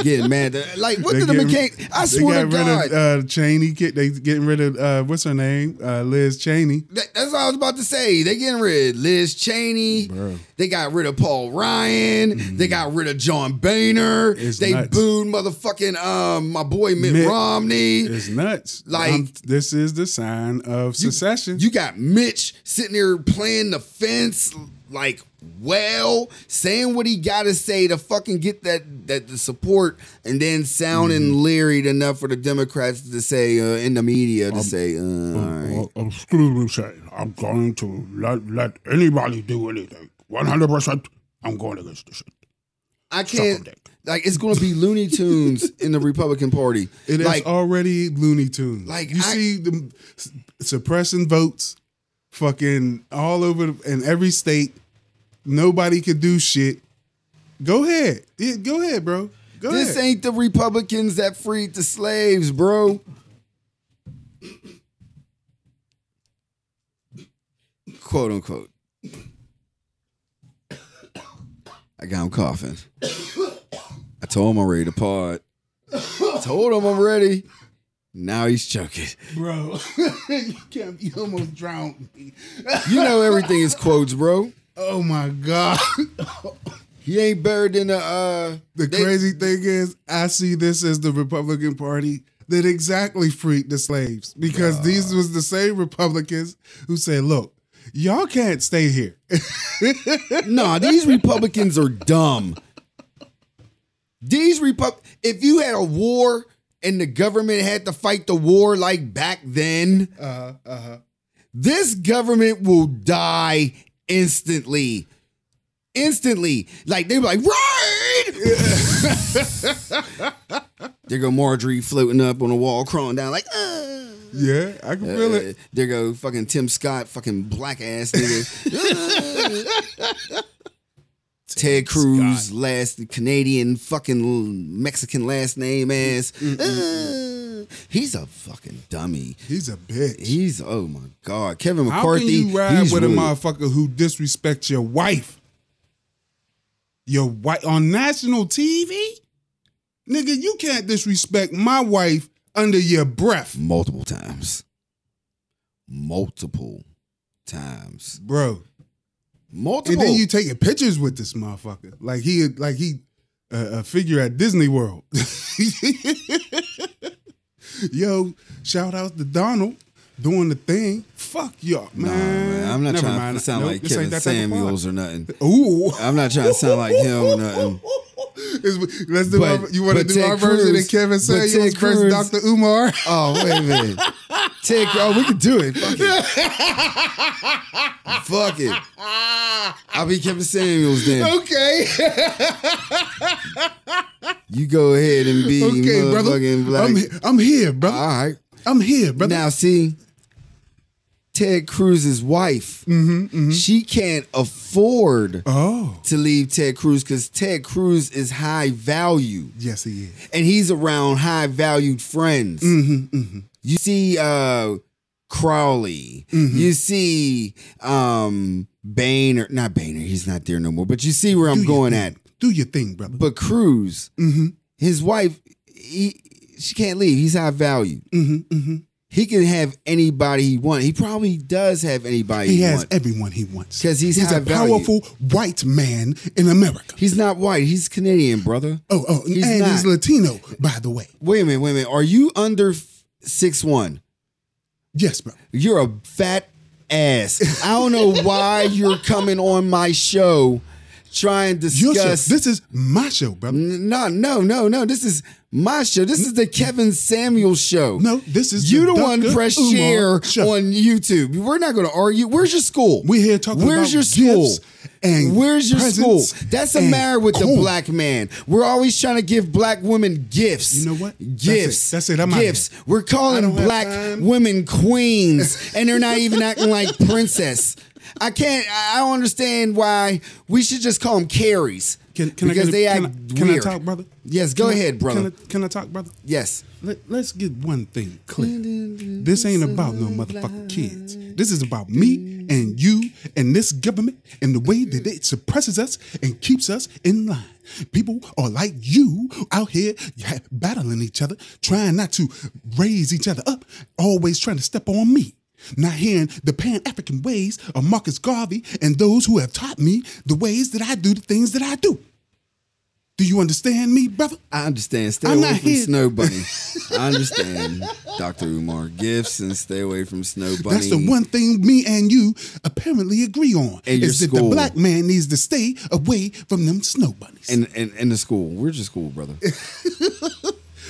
Speaker 3: getting mad. Like what
Speaker 2: They
Speaker 3: did the
Speaker 2: get-
Speaker 3: mechanic? I swear to God,
Speaker 2: of uh, Cheney. They getting rid of uh, what's her name? Uh, Liz Cheney.
Speaker 3: That- that's what I was about to say. They getting rid of Liz Cheney.
Speaker 2: Bro.
Speaker 3: They got rid of Paul Ryan. They got rid of John Boehner.
Speaker 2: It's
Speaker 3: they
Speaker 2: nuts.
Speaker 3: booed motherfucking um my boy Mitt,
Speaker 2: Mitt.
Speaker 3: Romney.
Speaker 2: It's nuts.
Speaker 3: Like-
Speaker 2: this is the sign of secession.
Speaker 3: You got Mitch sitting there playing the fence like well, saying what he gotta say to fucking get that that the support, and then sounding leery enough for the Democrats to say uh, in the media to say, uh, all right.
Speaker 6: Well, excuse me, sir. I'm going to let, let anybody do anything. 100%. I'm going against this shit.
Speaker 3: I
Speaker 6: on
Speaker 3: can't.
Speaker 6: dick.
Speaker 3: Like it's gonna be Looney Tunes in the Republican Party.
Speaker 2: It is
Speaker 3: like
Speaker 2: already Looney Tunes.
Speaker 3: Like,
Speaker 2: you
Speaker 3: I-
Speaker 2: see them s- suppressing votes, fucking all over the- in every state. Nobody could do shit. Go ahead, yeah, go ahead, bro. Go
Speaker 3: this
Speaker 2: ahead.
Speaker 3: ain't the Republicans that freed the slaves, bro. Quote unquote. I got him coughing. I told him I'm ready to pod. I told him I'm ready. Now he's choking.
Speaker 2: bro. you, can't, you almost drowned me.
Speaker 3: You know everything is quotes, bro.
Speaker 2: Oh my god.
Speaker 3: He ain't better than the uh
Speaker 2: The
Speaker 3: they-
Speaker 2: crazy thing is, I see this as the Republican Party that exactly freed the slaves because these was the same Republicans who said, "Look, y'all can't stay here."
Speaker 3: Nah, these Republicans are dumb. These Repub if you had a war and the government had to fight the war like back then,
Speaker 2: Uh-huh, uh-huh.
Speaker 3: this government will die instantly. Instantly. Like they were like, right. there go Marjorie floating up on the wall, crawling down, like, uh.
Speaker 2: Yeah, I can feel
Speaker 3: Uh,
Speaker 2: it.
Speaker 3: there go fucking Tim Scott, fucking black ass nigga. Ted Cruz, last Canadian fucking Mexican last name ass.
Speaker 2: Mm,
Speaker 3: Uh, he's a fucking dummy.
Speaker 2: He's a bitch.
Speaker 3: He's oh my god, Kevin
Speaker 2: How
Speaker 3: McCarthy.
Speaker 2: can you ride
Speaker 3: he's
Speaker 2: with
Speaker 3: really-
Speaker 2: a motherfucker who disrespects your wife? Your wife on national TV? Nigga, you can't disrespect my wife under your breath.
Speaker 3: multiple times, multiple times,
Speaker 2: Bro,
Speaker 3: multiple.
Speaker 2: and then you taking pictures with this motherfucker like he like he uh, a figure at Disney World. Yo, shout out to Donald doing the thing. Fuck y'all, man.
Speaker 3: Nah, man, I'm not
Speaker 2: Never
Speaker 3: trying
Speaker 2: mind.
Speaker 3: to sound
Speaker 2: Nope,
Speaker 3: like
Speaker 2: this ain't
Speaker 3: Kevin
Speaker 2: that type of
Speaker 3: Samuels or nothing.
Speaker 2: pod. Ooh.
Speaker 3: I'm not trying to sound like him or nothing.
Speaker 2: It's- Let's do
Speaker 3: But-
Speaker 2: our, you want to
Speaker 3: but
Speaker 2: do
Speaker 3: Ted
Speaker 2: our version
Speaker 3: Cruz-
Speaker 2: and Kevin
Speaker 3: but
Speaker 2: Samuels
Speaker 3: Ted
Speaker 2: versus
Speaker 3: Cruz-
Speaker 2: Dr. Umar?
Speaker 7: Oh, wait a minute. Ted, oh, we can do it. Fuck it.
Speaker 3: Fuck it. I'll be Kevin Samuels then.
Speaker 2: Okay.
Speaker 3: You go ahead and be
Speaker 2: okay, brother.
Speaker 3: motherfucking black.
Speaker 2: I'm, he- I'm here, brother.
Speaker 3: All right.
Speaker 2: I'm here, brother.
Speaker 3: Now see, Ted Cruz's wife, she can't afford
Speaker 2: Mm-hmm, oh,
Speaker 3: to leave Ted Cruz because Ted Cruz is high value.
Speaker 2: yes, he is.
Speaker 3: and he's around high valued friends.
Speaker 2: Mm-hmm,
Speaker 3: You see uh Crowley.
Speaker 2: Mm-hmm.
Speaker 3: You see um Boehner, not Boehner, he's not there no more, but you see where I'm
Speaker 2: Do your
Speaker 3: going
Speaker 2: thing.
Speaker 3: at.
Speaker 2: Do your thing, brother.
Speaker 3: But Cruz,
Speaker 2: Mm-hmm.
Speaker 3: his wife, he, she can't leave. He's high valued.
Speaker 2: Mm-hmm.
Speaker 3: He can have anybody he wants. He probably does have anybody he,
Speaker 2: he has
Speaker 3: wants.
Speaker 2: everyone he wants
Speaker 3: 'Cause he's high
Speaker 2: a
Speaker 3: value.
Speaker 2: powerful white man in America.
Speaker 3: He's not white. He's Canadian, brother.
Speaker 2: Oh, oh,
Speaker 3: He's
Speaker 2: and
Speaker 3: not.
Speaker 2: he's Latino, by the way.
Speaker 3: Wait a minute, wait a minute. Are you under six one?
Speaker 2: Yes, bro.
Speaker 3: You're a fat ass. I don't know why you're coming on my show trying to
Speaker 2: Your show.
Speaker 3: discuss.
Speaker 2: This is my show, brother.
Speaker 3: N- no, no, no, no. This is my show. This is the Kevin Samuels show.
Speaker 2: No, this is
Speaker 3: you
Speaker 2: the
Speaker 3: the one
Speaker 2: Dr.
Speaker 3: press
Speaker 2: Umar
Speaker 3: share
Speaker 2: show.
Speaker 3: on YouTube. We're not going to argue. Where's your school?
Speaker 2: We're here talking about
Speaker 3: Where's your school?
Speaker 2: gifts and
Speaker 3: Where's your school?
Speaker 2: presents
Speaker 3: That's a
Speaker 2: and
Speaker 3: matter with the
Speaker 2: corn.
Speaker 3: black man. We're always trying to give black women gifts.
Speaker 2: You know what? That's
Speaker 3: Gifts.
Speaker 2: it. That's it. I'm outta
Speaker 3: gifts.
Speaker 2: here.
Speaker 3: We're
Speaker 2: I
Speaker 3: calling
Speaker 2: don't have
Speaker 3: black
Speaker 2: time.
Speaker 3: women queens, and they're not even acting like princess. I can't. I I don't understand why we should just call them Carries
Speaker 2: Can, can
Speaker 3: because
Speaker 2: I get a-
Speaker 3: they
Speaker 2: can
Speaker 3: act
Speaker 2: I, can
Speaker 3: weird.
Speaker 2: I talk, brother?
Speaker 3: Yes, go
Speaker 2: Can I-
Speaker 3: ahead, brother.
Speaker 2: Can I, can I talk, brother?
Speaker 3: Yes.
Speaker 2: Let, let's get one thing clear. This ain't about no motherfucking kids. This is about me and you and this government and the way that it suppresses us and keeps us in line. People are like you out here ha- battling each other, trying not to raise each other up, always trying to step on me. Not hearing the pan African ways of Marcus Garvey and those who have taught me the ways that I do the things that I do. Do you understand me, brother?
Speaker 3: I understand. Stay
Speaker 2: I'm
Speaker 3: away
Speaker 2: not
Speaker 3: from
Speaker 2: here-
Speaker 3: Snow Bunny. I understand, Dr. Umar. Gifts and stay away from Snow Bunny.
Speaker 2: That's the one thing me and you apparently agree on
Speaker 3: And your
Speaker 2: is that the
Speaker 3: school.
Speaker 2: black man needs to stay away from them snow bunnies.
Speaker 3: And, and, and the school. Where's your school, brother?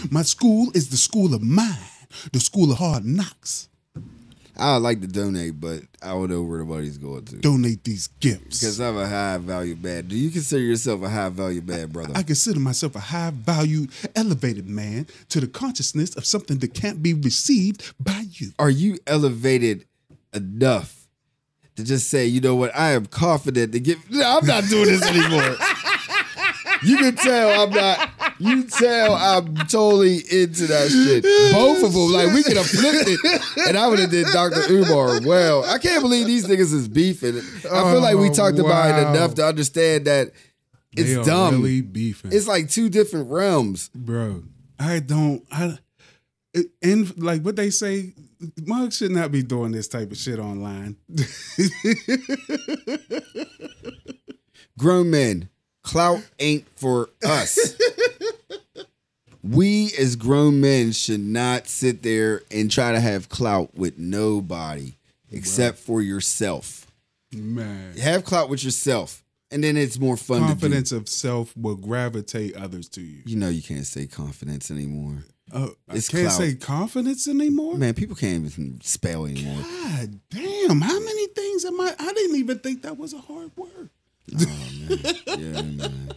Speaker 2: my school is the school of mind, the school of hard knocks.
Speaker 3: I'd like to donate, but I don't know where the money's going to.
Speaker 2: Donate these
Speaker 3: Because
Speaker 2: gifts.
Speaker 3: I'm a high value bad. Do you consider yourself a high value bad, brother?
Speaker 2: I consider myself a high valued, elevated man to the consciousness of something that can't be received by you.
Speaker 3: Are you elevated enough to just say, you know what? I am confident to give. No, I'm not doing this anymore. you can tell I'm not. You tell I'm totally into that shit. Both of them, like we could have flipped it, and I would have did Dr. Umar well. I can't believe these niggas is beefing. I feel like we
Speaker 2: Oh,
Speaker 3: talked about it
Speaker 2: wow.
Speaker 3: enough to understand that it's dumb.
Speaker 2: beefing.
Speaker 3: It's like two different realms.
Speaker 2: bro. I don't. I it- and like what they say, Mug should not be doing this type of shit online.
Speaker 3: Grown men, clout ain't for us. we as grown men should not sit there and try to have clout with nobody except for yourself.
Speaker 2: Man,
Speaker 3: Have clout with yourself, and then it's more fun
Speaker 2: confidence of self will gravitate others to you.
Speaker 3: to do. You know you can't say confidence anymore.
Speaker 2: Oh, I
Speaker 3: Uh, It's
Speaker 2: can't
Speaker 3: clout.
Speaker 2: say confidence anymore.
Speaker 3: Man, people can't even spell anymore.
Speaker 2: God damn! How many things am I? I didn't even think that was a hard word.
Speaker 3: Oh, Yeah, man.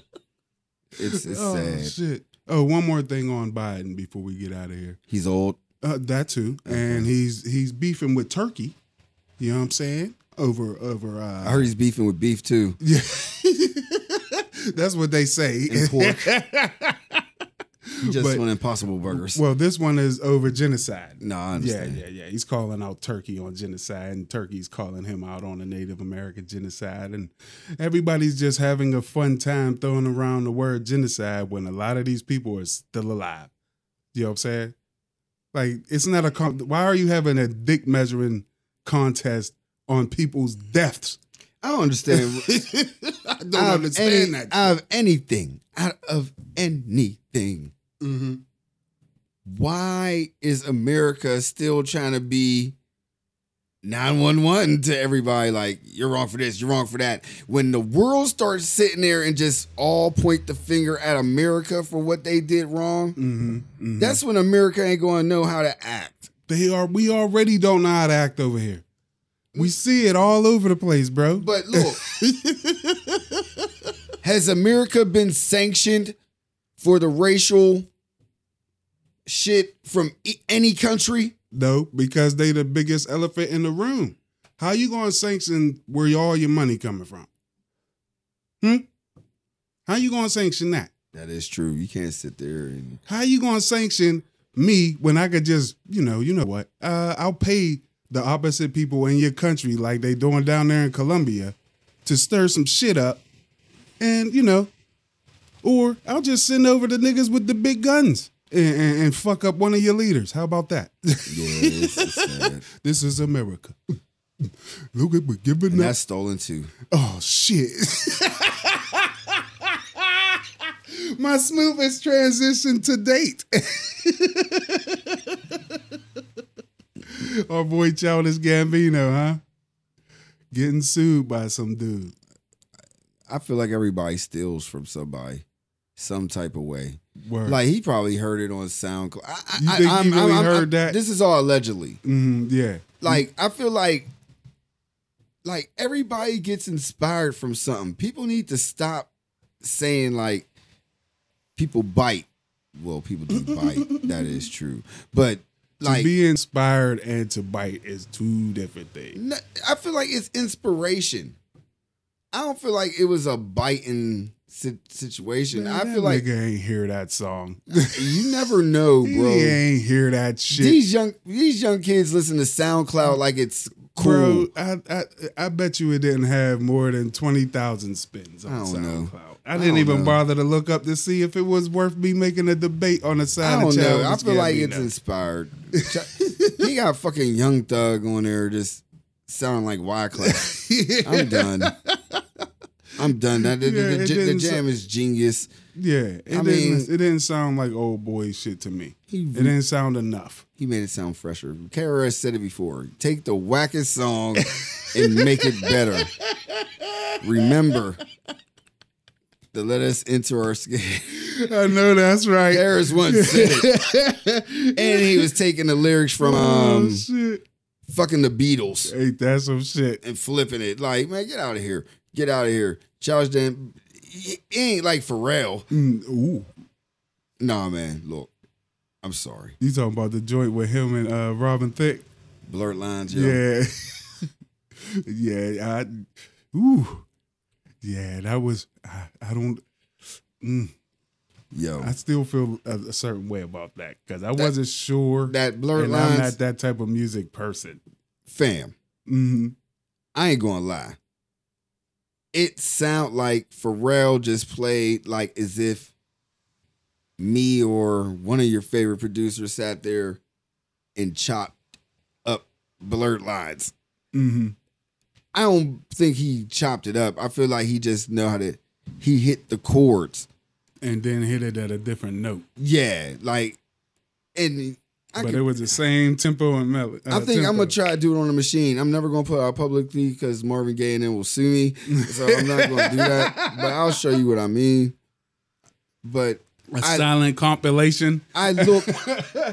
Speaker 3: It's, it's
Speaker 2: oh
Speaker 3: sad.
Speaker 2: shit! Oh, one more thing on Biden before we get out of here.
Speaker 3: He's old.
Speaker 2: Uh, that too,
Speaker 3: Uh-huh.
Speaker 2: and he's he's beefing with Turkey. You know what I'm saying? Over over. Uh,
Speaker 3: I heard he's beefing with beef too.
Speaker 2: Yeah. That's what they say.
Speaker 3: And pork. He just
Speaker 2: But-
Speaker 3: want impossible burgers.
Speaker 2: Well, this one is over genocide.
Speaker 3: no, I
Speaker 2: Yeah,
Speaker 3: understand.
Speaker 2: yeah, yeah. He's calling out Turkey on genocide, and Turkey's calling him out on the Native American genocide. And everybody's just having a fun time throwing around the word genocide when a lot of these people are still alive. You know what I'm saying? Like, it's not a. Con- Why are you having a dick measuring contest on people's deaths?
Speaker 3: I don't understand.
Speaker 2: I don't
Speaker 3: out of
Speaker 2: understand
Speaker 3: any-
Speaker 2: that. Mm-hmm.
Speaker 3: Out of anything, out of anything,
Speaker 2: Mhm.
Speaker 3: why is America still trying to be 911 to everybody? Like, you're wrong for this, you're wrong for that. When the world starts sitting there and just all point the finger at America for what they did wrong,
Speaker 2: Mm-hmm.
Speaker 3: that's when America ain't going to know how to act.
Speaker 2: They are. We already don't know how to act over here. We see it all over the place, bro.
Speaker 3: But look, has America been sanctioned for the racial shit from e- any country?
Speaker 2: no, because they the biggest elephant in the room. How you going to sanction where y- all your money coming from? Hmm. How you going to sanction that?
Speaker 3: That is true. You can't sit there and
Speaker 2: How you going to sanction me when I could just, you know, you know what? Uh, I'll pay the opposite people in your country like they doing down there in Colombia to stir some shit up, and you know, or I'll just send over the niggas with the big guns and, and, and fuck up one of your leaders. How about that?
Speaker 3: Yeah, it's, it's sad.
Speaker 2: this is America. Look at we giving
Speaker 3: and
Speaker 2: up.
Speaker 3: that's stolen too.
Speaker 2: Oh shit. My smoothest transition to date. Our boy Childish Gambino, huh? Getting sued by some dude.
Speaker 3: I feel like everybody steals from somebody, some type of way.
Speaker 2: Word.
Speaker 3: Like he probably heard it on SoundCloud. I, I,
Speaker 2: You
Speaker 3: I,
Speaker 2: think he
Speaker 3: I'm-
Speaker 2: really
Speaker 3: I'm- I'm-
Speaker 2: heard that?
Speaker 3: This is all allegedly.
Speaker 2: Mhm, yeah.
Speaker 3: Like I feel like, like everybody gets inspired from something. People need to stop saying like, people bite. Well, people do bite. that is true. But
Speaker 2: to
Speaker 3: like,
Speaker 2: be inspired and to bite is two different things.
Speaker 3: No, I feel like it's inspiration. I don't feel like it was a biting si- situation. I
Speaker 2: Man, that
Speaker 3: feel like
Speaker 2: nigga ain't hear that song.
Speaker 3: you never know,
Speaker 2: He
Speaker 3: bro.
Speaker 2: ain't hear that shit.
Speaker 3: These young these young kids listen to SoundCloud like it's cool.
Speaker 2: Bro, I, I I bet you it didn't have more than twenty thousand spins on
Speaker 3: I don't know.
Speaker 2: SoundCloud. I didn't
Speaker 3: don't
Speaker 2: even
Speaker 3: know.
Speaker 2: bother to look up to see if it was worth me making a debate on the side
Speaker 3: I don't
Speaker 2: of
Speaker 3: know.
Speaker 2: Childish
Speaker 3: I feel like it's
Speaker 2: Gambino.
Speaker 3: inspired. he got fucking young thug on there just sounding like Wyclef. I'm done. I'm done. That, the, the-
Speaker 2: Yeah,
Speaker 3: the
Speaker 2: it
Speaker 3: j- the
Speaker 2: didn't
Speaker 3: jam is genius.
Speaker 2: yeah. It
Speaker 3: I
Speaker 2: didn't
Speaker 3: mean-
Speaker 2: it didn't sound like old boy shit to me.
Speaker 3: He
Speaker 2: it didn't sound enough.
Speaker 3: He made it sound fresher. KRS said it before. Take the wackest song and make it better. Remember to let us enter our skin.
Speaker 2: I know that's right.
Speaker 3: KRS once said it. And he was taking the lyrics from
Speaker 2: oh
Speaker 3: um,
Speaker 2: shit!
Speaker 3: fucking the Beatles
Speaker 2: Ain't that some shit?
Speaker 3: and flipping it. Like, man, get out of here. Get out of here. Charles Dan, he he ain't like Pharrell.
Speaker 2: Mm, ooh,
Speaker 3: Nah, man, look. I'm sorry.
Speaker 2: you talking about the joint with him and uh, Robin Thicke?
Speaker 3: Blurred lines, yo.
Speaker 2: Yeah. yeah. I, ooh. Yeah, that was, I, I don't,
Speaker 3: Yo.
Speaker 2: I still feel a, a certain way about that because I wasn't sure.
Speaker 3: That blurred
Speaker 2: and I'm
Speaker 3: lines,
Speaker 2: not that type of music person.
Speaker 3: fam. Mm-hmm.
Speaker 2: hmm
Speaker 3: I ain't gonna lie. It sound like Pharrell just played like as if me or one of your favorite producers sat there and chopped up blurred lines.
Speaker 2: hmm
Speaker 3: I don't think he chopped it up. I feel like he just know how to he hit the chords.
Speaker 2: And then hit it at a different note.
Speaker 3: Yeah, like and I,
Speaker 2: but
Speaker 3: could-
Speaker 2: it was the same tempo and uh, melody.
Speaker 3: I think I'm gonna try to do it on the machine. I'm never gonna put it out publicly because Marvin Gaye and then will sue me. So I'm not gonna do that. But I'll show you what I mean. But
Speaker 2: A
Speaker 3: I-
Speaker 2: silent compilation.
Speaker 3: I look,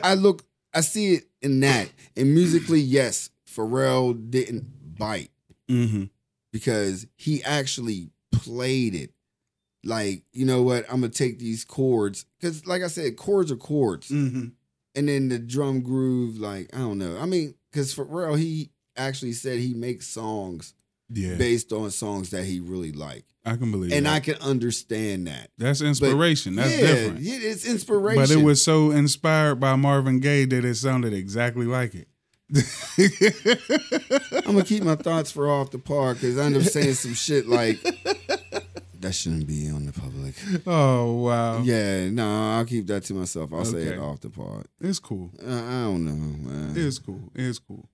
Speaker 3: I look, I see it in that. And musically, yes, Pharrell didn't bite
Speaker 2: Mm-hmm.
Speaker 3: because he actually played it. Like, you know what? I'm gonna take these chords because, like I said, chords are chords
Speaker 2: Mm-hmm.
Speaker 3: and then the drum groove, like I don't know. I mean, because Pharrell, he actually said he makes songs
Speaker 2: Yeah.
Speaker 3: based on songs that he really like,
Speaker 2: I can believe
Speaker 3: and
Speaker 2: that.
Speaker 3: I can understand that.
Speaker 2: That's inspiration. That's
Speaker 3: yeah,
Speaker 2: different.
Speaker 3: yeah, it's inspiration.
Speaker 2: But it was so inspired by Marvin Gaye that it sounded exactly like it.
Speaker 3: I'm gonna keep my thoughts for off the par because I end up saying some shit like that shouldn't be on the public.
Speaker 2: Oh wow,
Speaker 3: Yeah, no, I'll keep that to myself. I'll say it
Speaker 2: Okay.
Speaker 3: off the par.
Speaker 2: it's cool.
Speaker 3: Uh, I don't know, man.
Speaker 2: It's cool. It's cool.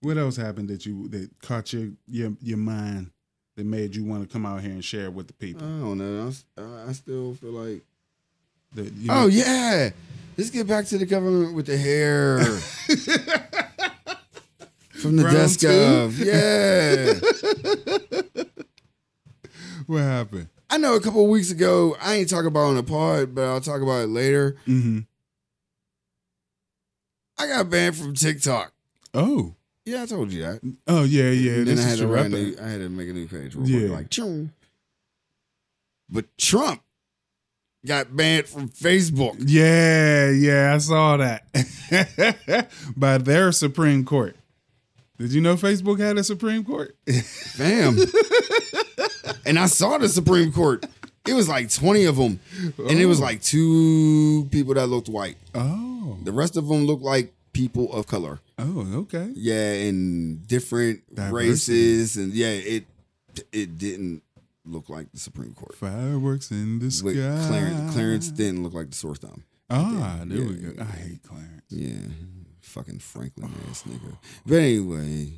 Speaker 2: What else happened that you that caught your your your mind that made you want to come out here and share it with the
Speaker 3: I
Speaker 2: people?
Speaker 3: don't know. I s- I, I still feel like.
Speaker 2: That, you
Speaker 3: Oh
Speaker 2: know,
Speaker 3: yeah, Let's get back to the government with the hair. From the
Speaker 2: Round
Speaker 3: desk
Speaker 2: two?
Speaker 3: of. Yeah.
Speaker 2: What happened?
Speaker 3: I know a couple of weeks ago, I ain't talking about it on the pod, but I'll talk about it later.
Speaker 2: Mm-hmm.
Speaker 3: I got banned from TikTok.
Speaker 2: Oh.
Speaker 3: Yeah, I told you that.
Speaker 2: Oh yeah, yeah.
Speaker 3: then
Speaker 2: This
Speaker 3: I had
Speaker 2: is
Speaker 3: to
Speaker 2: your
Speaker 3: write a
Speaker 2: rapper.
Speaker 3: new, I had to make a new page real
Speaker 2: Yeah.
Speaker 3: quick, like chung. But Trump got banned from Facebook.
Speaker 2: Yeah, yeah, I saw that. By their Supreme Court. Did you know Facebook had a Supreme Court?
Speaker 3: Damn. and I saw the Supreme Court. It was like 20 of them. And it was like two people that looked white.
Speaker 2: Oh.
Speaker 3: The rest of them looked like people of color.
Speaker 2: Oh, okay.
Speaker 3: Yeah, and different
Speaker 2: Diversity.
Speaker 3: races and yeah, it it didn't look like the Supreme Court.
Speaker 2: Fireworks in the sky.
Speaker 3: Wait, Clarence Clarence didn't look like the source down.
Speaker 2: Ah, there we
Speaker 3: Yeah.
Speaker 2: go. I hate Clarence.
Speaker 3: Yeah. Fucking Franklin ass nigga. But anyway.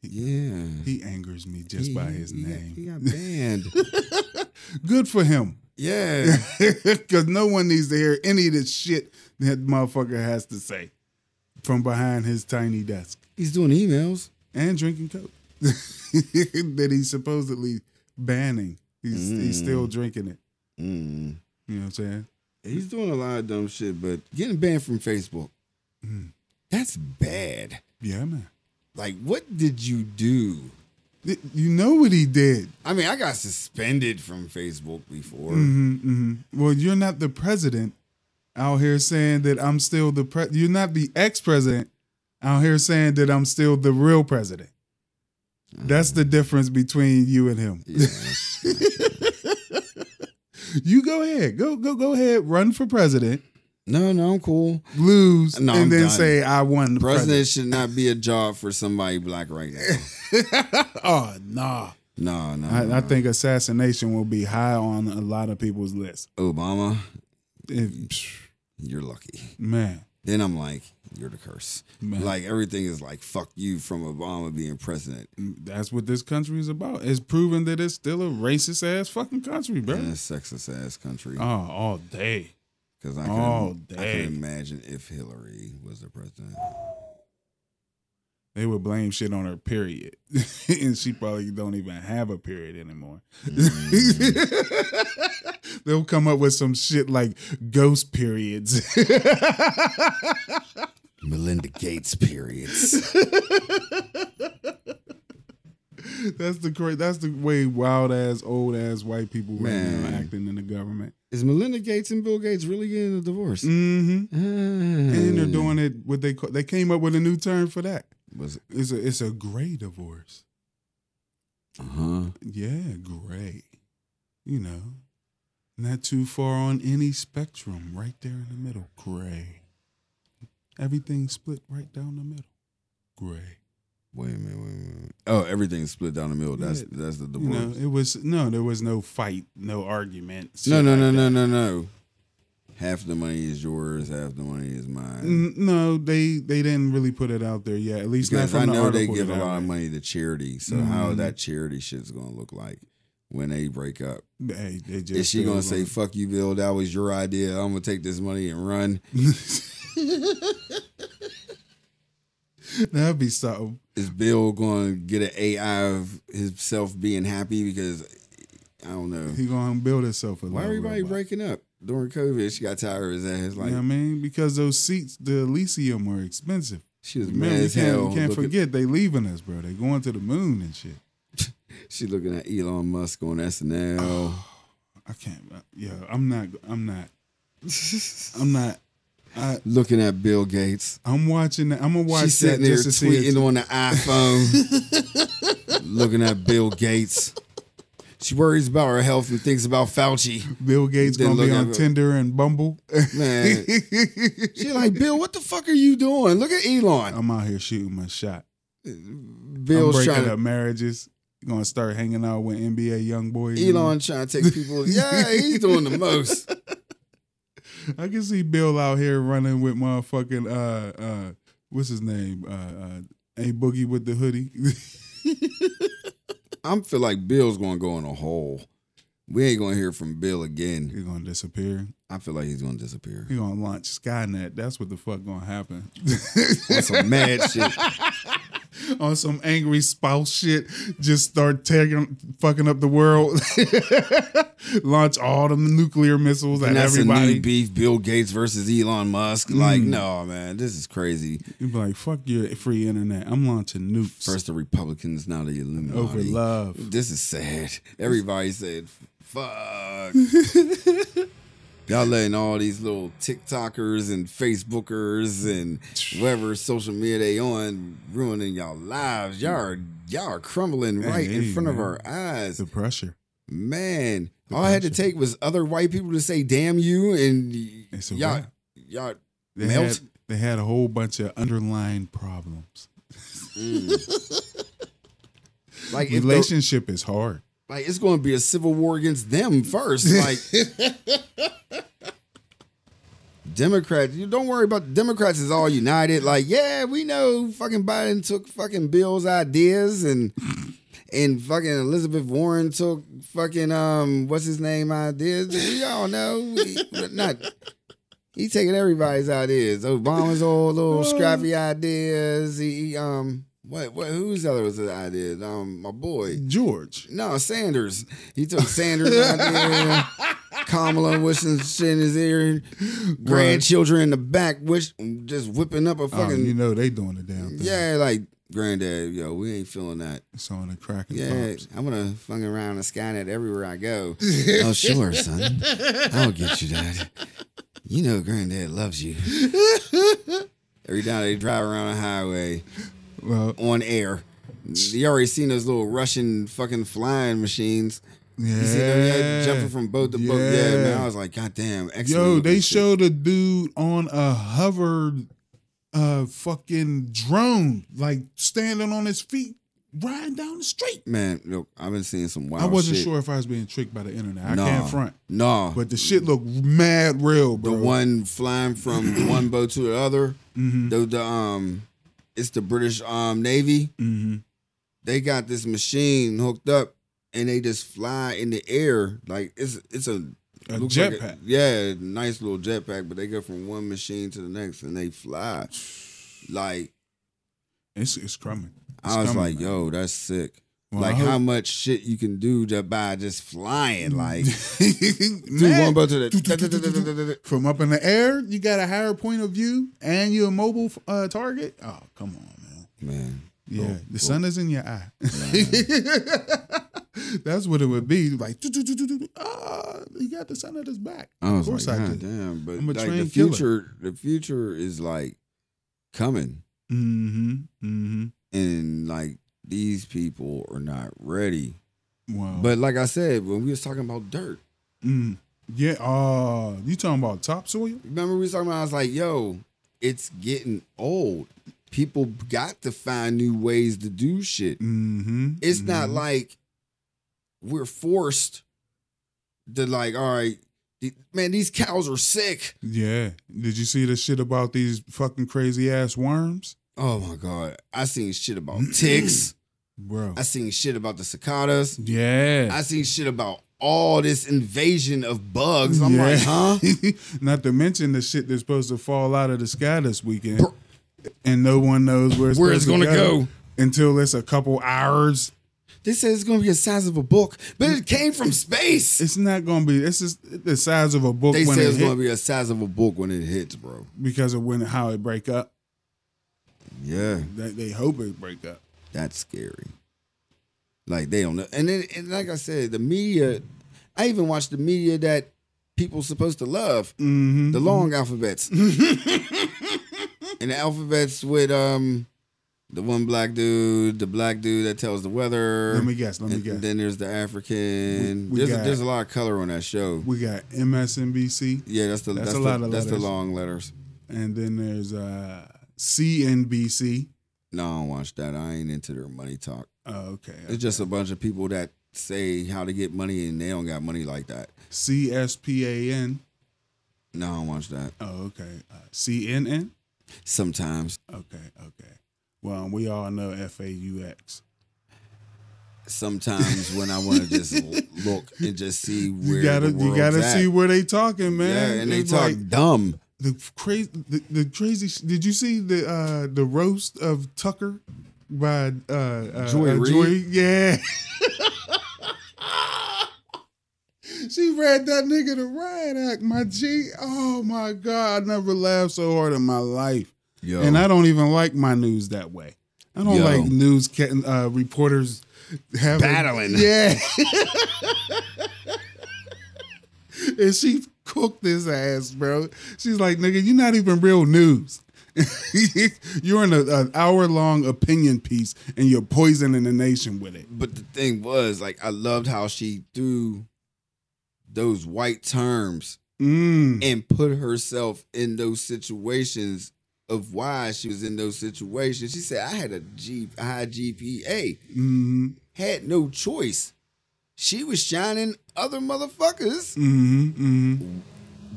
Speaker 3: Yeah.
Speaker 2: He angers me just by
Speaker 3: He-
Speaker 2: his
Speaker 3: he got-
Speaker 2: name.
Speaker 3: He got banned.
Speaker 2: Good for him.
Speaker 3: yeah.
Speaker 2: Because no one needs to hear any of this shit that motherfucker has to say from behind his tiny desk
Speaker 3: He's doing emails.
Speaker 2: and drinking coke that he's supposedly banning. He's, he's still drinking it.
Speaker 3: Mm.
Speaker 2: You know what I'm saying?
Speaker 3: He's doing a lot of dumb shit, but getting banned from Facebook.
Speaker 2: Mm.
Speaker 3: That's bad.
Speaker 2: Yeah, man.
Speaker 3: Like, what did you do?
Speaker 2: Y- You know what he did.
Speaker 3: I mean, I got suspended from Facebook before.
Speaker 2: hmm hmm Well, you're not the president out here saying that I'm still the pre. You're not the ex president out here saying that I'm still the real president. That's the difference between you and him. you go ahead, go go go ahead, run for president,
Speaker 3: No, no, I'm cool.
Speaker 2: lose,
Speaker 3: No,
Speaker 2: and
Speaker 3: I'm
Speaker 2: then
Speaker 3: done.
Speaker 2: say I won the
Speaker 3: President
Speaker 2: president.
Speaker 3: should not be a job for somebody black right now.
Speaker 2: Oh nah.
Speaker 3: No, no.
Speaker 2: I,
Speaker 3: no.
Speaker 2: I think assassination will be high on a lot of people's list.
Speaker 3: Obama,
Speaker 2: If-
Speaker 3: you're lucky.
Speaker 2: man,
Speaker 3: Then I'm like, you're the curse.
Speaker 2: Man.
Speaker 3: Like everything is like fuck you from Obama being president.
Speaker 2: That's what this country is about. It's proving that it's still a racist ass fucking country, bro.
Speaker 3: In a sexist ass country.
Speaker 2: Oh, all day.
Speaker 3: Because I,
Speaker 2: Oh,
Speaker 3: can I
Speaker 2: dang.
Speaker 3: can imagine if Hillary was the president.
Speaker 2: They would blame shit on her period. and she probably don't even have a period anymore.
Speaker 3: Mm.
Speaker 2: They'll come up with some shit like ghost periods.
Speaker 3: Melinda Gates periods.
Speaker 2: that's the cra- that's the way wild ass, old ass white people right now
Speaker 3: Man.
Speaker 2: acting in the government.
Speaker 3: Is Melinda Gates and Bill Gates really getting a divorce? Ah.
Speaker 2: Mm-hmm. And they're
Speaker 3: Mm.
Speaker 2: doing it what they call they came up with a new term for that.
Speaker 3: Was it?
Speaker 2: It's a it's a gray divorce.
Speaker 3: Uh
Speaker 2: Uh-huh.
Speaker 3: huh.
Speaker 2: Yeah, gray. You know, not too far on any spectrum, right there in the middle. Gray. Everything split right down the middle. Gray.
Speaker 3: Wait a minute. Wait a minute. Oh, everything's split down the middle. That's
Speaker 2: Yeah.
Speaker 3: that's the
Speaker 2: You
Speaker 3: divorce.
Speaker 2: know, it was no, there was no fight, no argument. shit
Speaker 3: no, no,
Speaker 2: like
Speaker 3: no, no,
Speaker 2: that.
Speaker 3: no, no. Half the money is yours. Half the money is mine.
Speaker 2: N- No, they they didn't really put it out there yet. At least
Speaker 3: Because
Speaker 2: Mm-hmm. not
Speaker 3: I
Speaker 2: from the
Speaker 3: know they
Speaker 2: article.
Speaker 3: give a
Speaker 2: that I
Speaker 3: lot of
Speaker 2: read.
Speaker 3: money to charity. So how
Speaker 2: Mhm.
Speaker 3: that charity shit's gonna look like when they break up?
Speaker 2: Hey, they just
Speaker 3: Is she
Speaker 2: feel
Speaker 3: gonna
Speaker 2: like-
Speaker 3: say, "Fuck you, Bill. That was your idea. I'm gonna take this money and run"?
Speaker 2: That'd be something.
Speaker 3: Is Bill gonna get an AI of himself being happy? Because I don't know.
Speaker 2: He gonna build himself a
Speaker 3: Why
Speaker 2: little
Speaker 3: everybody
Speaker 2: robot.
Speaker 3: breaking up during COVID? She got tired of his ass. Like
Speaker 2: you know what I mean? Because those seats, the Elysium, were expensive.
Speaker 3: she was mad
Speaker 2: Man, you
Speaker 3: as
Speaker 2: can't,
Speaker 3: hell.
Speaker 2: you can't
Speaker 3: looking-
Speaker 2: forget they leaving us, bro. They going to the moon and shit.
Speaker 3: She looking at Elon Musk on SNL.
Speaker 2: I can't. uh, Yeah, I'm not. I'm not. I'm not. I,
Speaker 3: looking at Bill Gates.
Speaker 2: I'm watching. That. I'm gonna watch
Speaker 3: She's
Speaker 2: that
Speaker 3: sitting there
Speaker 2: just to see.
Speaker 3: tweeting
Speaker 2: It.
Speaker 3: on the iPhone, looking at Bill Gates. She worries about her health and thinks about Fauci.
Speaker 2: Bill Gates
Speaker 3: Then
Speaker 2: gonna be
Speaker 3: look
Speaker 2: on
Speaker 3: at-
Speaker 2: Tinder and Bumble.
Speaker 3: Man, She like, Bill, what the fuck are you doing? Look at Elon.
Speaker 2: I'm out here shooting my shot.
Speaker 3: Bill's
Speaker 2: I'm breaking
Speaker 3: trying
Speaker 2: up
Speaker 3: to marriages.
Speaker 2: marriages. Gonna start hanging out with NBA young boys.
Speaker 3: Elon trying to take people. Yeah, he's doing the most.
Speaker 2: I can see Bill out here running with motherfucking uh uh what's his name uh, uh a boogie with the hoodie.
Speaker 3: I feel like Bill's gonna go in a hole. We ain't gonna hear from Bill again.
Speaker 2: He's gonna disappear.
Speaker 3: I feel like he's gonna disappear.
Speaker 2: He gonna launch Skynet. That's what the fuck gonna happen.
Speaker 3: On some mad shit.
Speaker 2: On some angry spouse shit, just start tagging, fucking up the world. launch all the nuclear missiles at
Speaker 3: And that's a
Speaker 2: everybody.
Speaker 3: new beef. Bill Gates versus Elon Musk. Like, no, man, this is crazy.
Speaker 2: You'd be like, fuck your free internet. I'm launching nukes
Speaker 3: First the Republicans, now the Illuminati.
Speaker 2: over love.
Speaker 3: This is sad. Everybody said, fuck. Y'all letting all these little TikTokers and Facebookers and whatever social media they on ruining y'all lives. Y'all are y'all are crumbling right
Speaker 2: Hey,
Speaker 3: in front of
Speaker 2: man.
Speaker 3: our eyes.
Speaker 2: The pressure.
Speaker 3: Man, all I had to take was other white people to say damn you and
Speaker 2: It's a
Speaker 3: y'all
Speaker 2: wrap.
Speaker 3: y'all
Speaker 2: They
Speaker 3: Melt.
Speaker 2: had, they had a whole bunch of underlying problems.
Speaker 3: like if the-
Speaker 2: Relationship is hard.
Speaker 3: Like it's going to be a civil war against them first. Like Democrats, you don't worry about Democrats is all united. Like yeah, we know fucking Biden took fucking Bill's ideas and and fucking Elizabeth Warren took fucking um what's his name ideas. We all know we, we're not. He taking everybody's ideas. Obama's old little scrappy ideas. He, he, um what what whose other was his ideas? Um my boy.
Speaker 2: George.
Speaker 3: No, Sanders. He took Sanders' idea. Kamala wishing shit in his ear. Grandchildren in the back, which just whipping up a
Speaker 2: Oh,
Speaker 3: fucking
Speaker 2: you know they doing the damn thing.
Speaker 3: yeah, like granddad. Yo, we ain't feeling that.
Speaker 2: It's on the crack and
Speaker 3: Yeah,
Speaker 2: pops.
Speaker 3: I'm gonna fucking around the Skynet everywhere I go. oh sure, son. I'll get you that. You know, granddad loves you. Every time they drive around the highway
Speaker 2: Well,
Speaker 3: on air. You already seen those little Russian fucking flying machines.
Speaker 2: yeah.
Speaker 3: You see them yeah, jumping from boat to boat. Yeah,
Speaker 2: Yeah.
Speaker 3: man. I was like, God damn, excellent.
Speaker 2: Yo,
Speaker 3: looking
Speaker 2: they
Speaker 3: shit.
Speaker 2: showed a dude on a hover uh fucking drone, like standing on his feet, riding down the street.
Speaker 3: Man, look, I've been seeing some wild
Speaker 2: I wasn't
Speaker 3: shit.
Speaker 2: sure if I was being tricked by the internet. I
Speaker 3: Nah.
Speaker 2: can't front.
Speaker 3: No.
Speaker 2: But the shit looked mad real,
Speaker 3: the
Speaker 2: bro.
Speaker 3: one flying from one boat to the other.
Speaker 2: Mm-hmm.
Speaker 3: The, the um it's the British um Navy.
Speaker 2: hmm
Speaker 3: They got this machine hooked up and they just fly in the air. Like it's it's a
Speaker 2: A
Speaker 3: looks like
Speaker 2: jetpack.
Speaker 3: yeah, nice little jetpack, but they go from one machine to the next and they fly. Like
Speaker 2: It's it's coming. It's
Speaker 3: I was
Speaker 2: coming,
Speaker 3: like,
Speaker 2: man.
Speaker 3: yo, that's sick.
Speaker 2: Well,
Speaker 3: like
Speaker 2: I hope-
Speaker 3: how much shit you can do just by just flying, like do
Speaker 2: Man.
Speaker 3: one boat to
Speaker 2: Do, do, do, do, do, do,
Speaker 3: the.
Speaker 2: from up in the air, you got a higher point of view, and you're a mobile uh, target. Oh, come on, man.
Speaker 3: Man, Oh,
Speaker 2: Yeah, the sun is in your eye. That's what it would be. Like, do, do, do, do, do. oh, he got the sun at his back.
Speaker 3: I was
Speaker 2: of course
Speaker 3: like,
Speaker 2: I
Speaker 3: God
Speaker 2: did.
Speaker 3: damn, but
Speaker 2: I'm a
Speaker 3: like the
Speaker 2: trained killer.
Speaker 3: future, the future is like coming,
Speaker 2: Mm-hmm. Mm-hmm.
Speaker 3: and like these people are not ready.
Speaker 2: Wow.
Speaker 3: But like I said, when we was talking about dirt,
Speaker 2: mm, yeah. Oh, you talking about topsoil?
Speaker 3: remember we was talking about? I was like, yo, it's getting old. People got to find new ways to do shit.
Speaker 2: Mm-hmm.
Speaker 3: It's not like we're forced to like, all right, the- man, these cows are sick.
Speaker 2: Yeah. Did you see the shit about these fucking crazy ass worms,
Speaker 3: Oh my god, I seen shit about ticks.
Speaker 2: bro?
Speaker 3: I seen shit about the cicadas.
Speaker 2: yeah.
Speaker 3: I seen shit about all this invasion of bugs. I'm like, huh?
Speaker 2: Not to mention the shit that's supposed to fall out of the sky this weekend, and no one knows where it's
Speaker 3: Where it's
Speaker 2: supposed to
Speaker 3: gonna go.
Speaker 2: until it's a couple hours.
Speaker 3: They said it's gonna be the size of a book, but it came from space.
Speaker 2: It's not gonna be. This is the size of a book
Speaker 3: They
Speaker 2: when
Speaker 3: said
Speaker 2: it
Speaker 3: it's
Speaker 2: hit
Speaker 3: gonna be the size of a book when it hits, bro.
Speaker 2: because of when how it break up.
Speaker 3: Yeah,
Speaker 2: They, they hope it break up.
Speaker 3: that's scary. Like they don't know. And then, and like I said, the media. I even watched the media that people supposed to love.
Speaker 2: Mm-hmm.
Speaker 3: the long alphabets and the alphabets with um the one black dude the black dude that tells the weather
Speaker 2: Let me guess. Let me
Speaker 3: and
Speaker 2: guess.
Speaker 3: then there's the african
Speaker 2: We- we
Speaker 3: there's,
Speaker 2: got-
Speaker 3: a, there's a lot of color on that show
Speaker 2: we got MSNBC,
Speaker 3: yeah that's the
Speaker 2: That's
Speaker 3: that's,
Speaker 2: a
Speaker 3: the,
Speaker 2: lot of
Speaker 3: that's the
Speaker 2: letters.
Speaker 3: long letters
Speaker 2: and then there's uh, CNBC.
Speaker 3: no i don't watch that i ain't into their money talk
Speaker 2: Oh, okay.
Speaker 3: it's just a bunch of people that say how to get money and they don't got money like that
Speaker 2: CSPAN.
Speaker 3: no i don't watch that
Speaker 2: Oh, okay. Uh, CNN.
Speaker 3: sometimes
Speaker 2: Okay, okay. Well, we all know FAUX.
Speaker 3: sometimes when I want to just look and just see where
Speaker 2: You gotta
Speaker 3: the
Speaker 2: you gotta
Speaker 3: world's at.
Speaker 2: see where they talking, man.
Speaker 3: yeah, and they
Speaker 2: It's
Speaker 3: talk
Speaker 2: like
Speaker 3: dumb.
Speaker 2: the crazy the, the crazy. sh- Did you see the uh the roast of Tucker by uh, uh,
Speaker 3: Joy
Speaker 2: uh,
Speaker 3: Reid?
Speaker 2: Yeah. She read that nigga the riot act, my G. Oh my God, I never laughed so hard in my life.
Speaker 3: Yo,
Speaker 2: And I don't even like my news that way. I don't
Speaker 3: Oh. Yo.
Speaker 2: like news ca- uh, reporters having
Speaker 3: Battling.
Speaker 2: Yeah. and she cooked his ass, bro. She's like, "Nigga, you're not even real news. you're in a, an hour long opinion piece, and you're poisoning the nation with it."
Speaker 3: but the thing was, like, I loved how she threw those white terms
Speaker 2: Mm.
Speaker 3: and put herself in those situations of why she was in those situations. She said, I had a G- high GPA,
Speaker 2: Mm-hmm.
Speaker 3: had no choice. She was shining other motherfuckers
Speaker 2: Mm-hmm. Mm-hmm.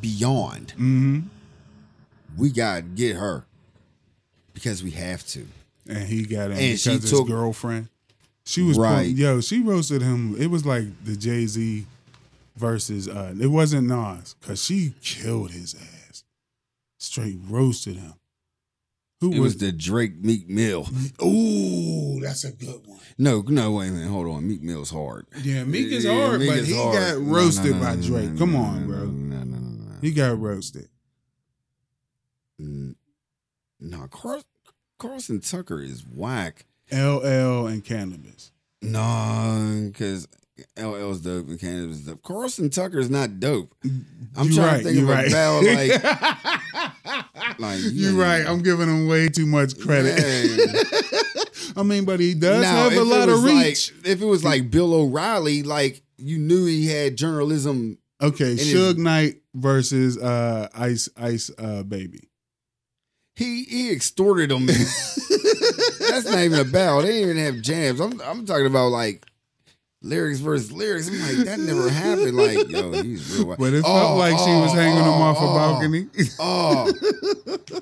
Speaker 3: beyond.
Speaker 2: Mm-hmm.
Speaker 3: We got to get her because we have to.
Speaker 2: and he got him
Speaker 3: And
Speaker 2: because
Speaker 3: she
Speaker 2: his
Speaker 3: took-
Speaker 2: girlfriend. She was
Speaker 3: Right.
Speaker 2: pulling- yo. She roasted him. It was like the Jay Z versus. uh It wasn't Nas because she killed his ass. Straight roasted him. Who
Speaker 3: It was
Speaker 2: was?
Speaker 3: the Drake Meek Mill.
Speaker 2: Ooh, that's a good one.
Speaker 3: No, no, wait a minute. Hold on. Meek Mill's hard.
Speaker 2: Yeah, Meek is
Speaker 3: Yeah,
Speaker 2: hard,
Speaker 3: Meek
Speaker 2: but
Speaker 3: is
Speaker 2: he
Speaker 3: hard. No,
Speaker 2: got
Speaker 3: no,
Speaker 2: roasted
Speaker 3: no,
Speaker 2: by
Speaker 3: no,
Speaker 2: Drake.
Speaker 3: no,
Speaker 2: Come
Speaker 3: no,
Speaker 2: on,
Speaker 3: no,
Speaker 2: bro.
Speaker 3: No, no, no, no.
Speaker 2: He got roasted.
Speaker 3: N- No, Carl, Carlson Tucker is whack.
Speaker 2: LL and cannabis.
Speaker 3: No, because LL's dope and Canada's dope. Carlson Tucker's not dope. I'm
Speaker 2: Mm, You
Speaker 3: trying
Speaker 2: right,
Speaker 3: to think
Speaker 2: you
Speaker 3: of
Speaker 2: right.
Speaker 3: a battle like. like
Speaker 2: You're right. I'm giving him way too much credit.
Speaker 3: Man.
Speaker 2: I mean, but he does
Speaker 3: Now,
Speaker 2: have
Speaker 3: if
Speaker 2: a
Speaker 3: it
Speaker 2: lot of
Speaker 3: was like-
Speaker 2: reach.
Speaker 3: if it was like Bill O'Reilly, like you knew he had journalism.
Speaker 2: Okay,
Speaker 3: is-
Speaker 2: Suge Knight versus uh, Ice Ice uh, Baby.
Speaker 3: He he extorted him. That's not even a battle. They didn't even have jams. I'm I'm talking about like lyrics versus lyrics. I'm like that never happened. Like yo, he's real. whack.
Speaker 2: But it
Speaker 3: Oh,
Speaker 2: felt like she was
Speaker 3: oh,
Speaker 2: hanging him
Speaker 3: oh,
Speaker 2: off a
Speaker 3: oh,
Speaker 2: balcony.
Speaker 3: Oh.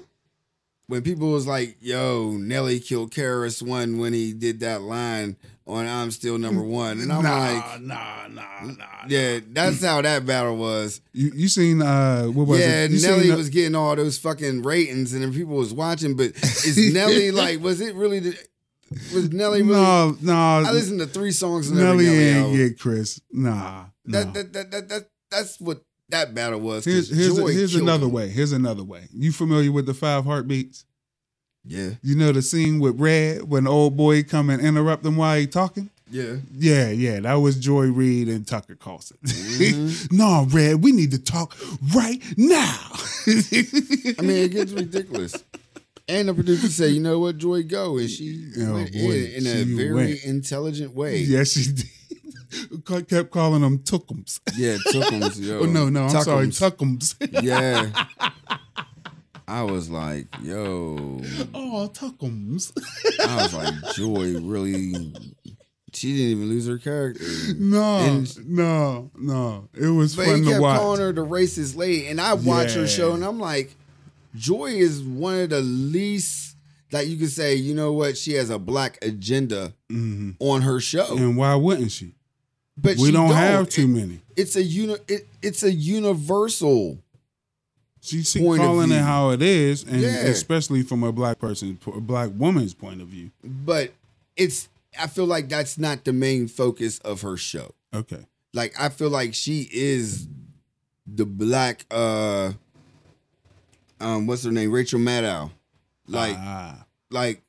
Speaker 3: when people was like, "Yo, Nelly killed Karis one when he did that line on I'm Still Number One," and I'm like,
Speaker 2: nah, nah, nah.
Speaker 3: "Yeah, that's how that battle was."
Speaker 2: You, you seen uh, what was
Speaker 3: yeah,
Speaker 2: it? You
Speaker 3: Nelly
Speaker 2: seen, uh,
Speaker 3: was getting all those fucking ratings, and then people was watching. But is Nelly like? Was it really? The, was Nelly really?
Speaker 2: no, no.
Speaker 3: I listened to three songs. in every
Speaker 2: Nelly ain't
Speaker 3: album.
Speaker 2: get Chris. Nah,
Speaker 3: That,
Speaker 2: nah.
Speaker 3: that, that, that, that, that's what that battle was. 'cause
Speaker 2: here's here's,
Speaker 3: Joy
Speaker 2: here's
Speaker 3: killed
Speaker 2: another
Speaker 3: him.
Speaker 2: way. Here's another way. You familiar with the five heartbeats?
Speaker 3: Yeah,
Speaker 2: You know the scene with Red when old boy come and interrupt him while he talking.
Speaker 3: yeah.
Speaker 2: Yeah, yeah, that was Joy Reid and Tucker Carlson.
Speaker 3: Mm-hmm.
Speaker 2: no, Red, we need to talk right now.
Speaker 3: I mean, it gets ridiculous. And the producer said, "You know what, Joy, go," and she
Speaker 2: Oh,
Speaker 3: went
Speaker 2: boy,
Speaker 3: in in a
Speaker 2: she
Speaker 3: very
Speaker 2: went.
Speaker 3: intelligent way. Yeah,
Speaker 2: yes, she did. Ca- Kept calling them Tuckums.
Speaker 3: Tuckums, yo.
Speaker 2: Oh no, no, I'm sorry,
Speaker 3: Tuckums.
Speaker 2: Tuckums.
Speaker 3: yeah. I was like, yo.
Speaker 2: oh, Tuckums.
Speaker 3: I was like, Joy really. She didn't even lose her character.
Speaker 2: No,
Speaker 3: And-
Speaker 2: no, no. It was
Speaker 3: But
Speaker 2: fun
Speaker 3: he
Speaker 2: to
Speaker 3: kept calling
Speaker 2: watch.
Speaker 3: her the racist lady, and I watch her
Speaker 2: Yeah.
Speaker 3: show, and I'm like, Joy is one of the least like you could say. You know what? She has a black agenda
Speaker 2: Mhm.
Speaker 3: on her show.
Speaker 2: And why wouldn't she?
Speaker 3: But
Speaker 2: we
Speaker 3: she
Speaker 2: don't, have too
Speaker 3: It-
Speaker 2: many.
Speaker 3: it's a uni- it, It's a universal.
Speaker 2: She, she
Speaker 3: point of
Speaker 2: calling it
Speaker 3: view.
Speaker 2: how it is, and
Speaker 3: Yeah.
Speaker 2: especially from a black person, a black woman's point of view.
Speaker 3: But it's. I feel like that's not the main focus of her show.
Speaker 2: Okay.
Speaker 3: Like I feel like she is the black. uh Um, what's her name? Rachel Maddow. Like,
Speaker 2: Ah.
Speaker 3: like,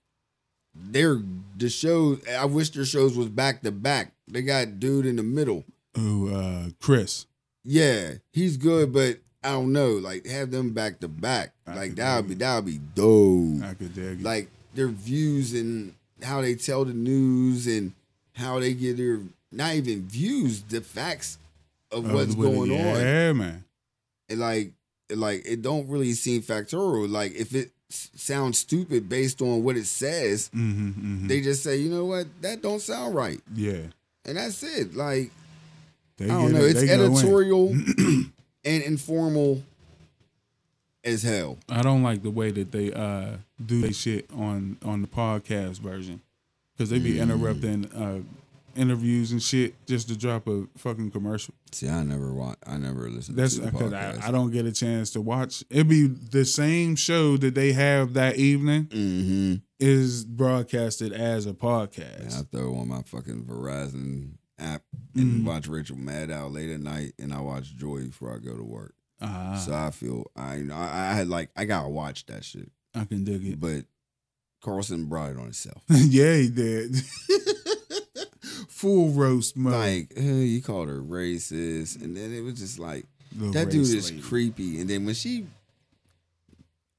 Speaker 3: they're the show. I wish their shows was back to back. They got dude in the middle.
Speaker 2: Ooh, uh, Chris.
Speaker 3: Yeah, he's good, but I don't know. Like have them back to back.
Speaker 2: I
Speaker 3: Like
Speaker 2: could
Speaker 3: that
Speaker 2: do
Speaker 3: would be
Speaker 2: it.
Speaker 3: that would be dope.
Speaker 2: I could dig it.
Speaker 3: Like their views and how they tell the news and how they get their not even views the facts of
Speaker 2: Uh,
Speaker 3: what's
Speaker 2: with it.
Speaker 3: going on.
Speaker 2: Yeah, man.
Speaker 3: And like and, like it don't really seem factorial. Like if it s- sounds stupid based on what it says,
Speaker 2: hmm hmm
Speaker 3: they just say you know what that don't sound right,
Speaker 2: yeah.
Speaker 3: and that's it. Like
Speaker 2: They
Speaker 3: I
Speaker 2: get
Speaker 3: don't know.
Speaker 2: it.
Speaker 3: It's
Speaker 2: They go in.
Speaker 3: editorial and informal as hell.
Speaker 2: I don't like the way that they uh,
Speaker 3: Mm.
Speaker 2: do they shit on on the podcast version because they be interrupting uh, interviews and shit just to drop a fucking commercial.
Speaker 3: See, I never watch. I never listen.
Speaker 2: That's
Speaker 3: to the
Speaker 2: because
Speaker 3: podcast.
Speaker 2: I, I don't get a chance to watch. It'd be the same show that they have that evening
Speaker 3: Mm-hmm.
Speaker 2: is broadcasted as a
Speaker 3: And
Speaker 2: podcast.
Speaker 3: I throw on my fucking Verizon app and
Speaker 2: Mm.
Speaker 3: watch Rachel Maddow late at night, and I watch Joy before I go to work.
Speaker 2: Ah,
Speaker 3: So I feel I you know I, I had like I gotta watch that shit,
Speaker 2: I can dig it.
Speaker 3: but Carlson brought it on himself.
Speaker 2: yeah, he did. Full roast mode.
Speaker 3: Like uh, you called her racist, and then it was just like
Speaker 2: The
Speaker 3: that dude
Speaker 2: race
Speaker 3: is
Speaker 2: lady.
Speaker 3: creepy. And then when she,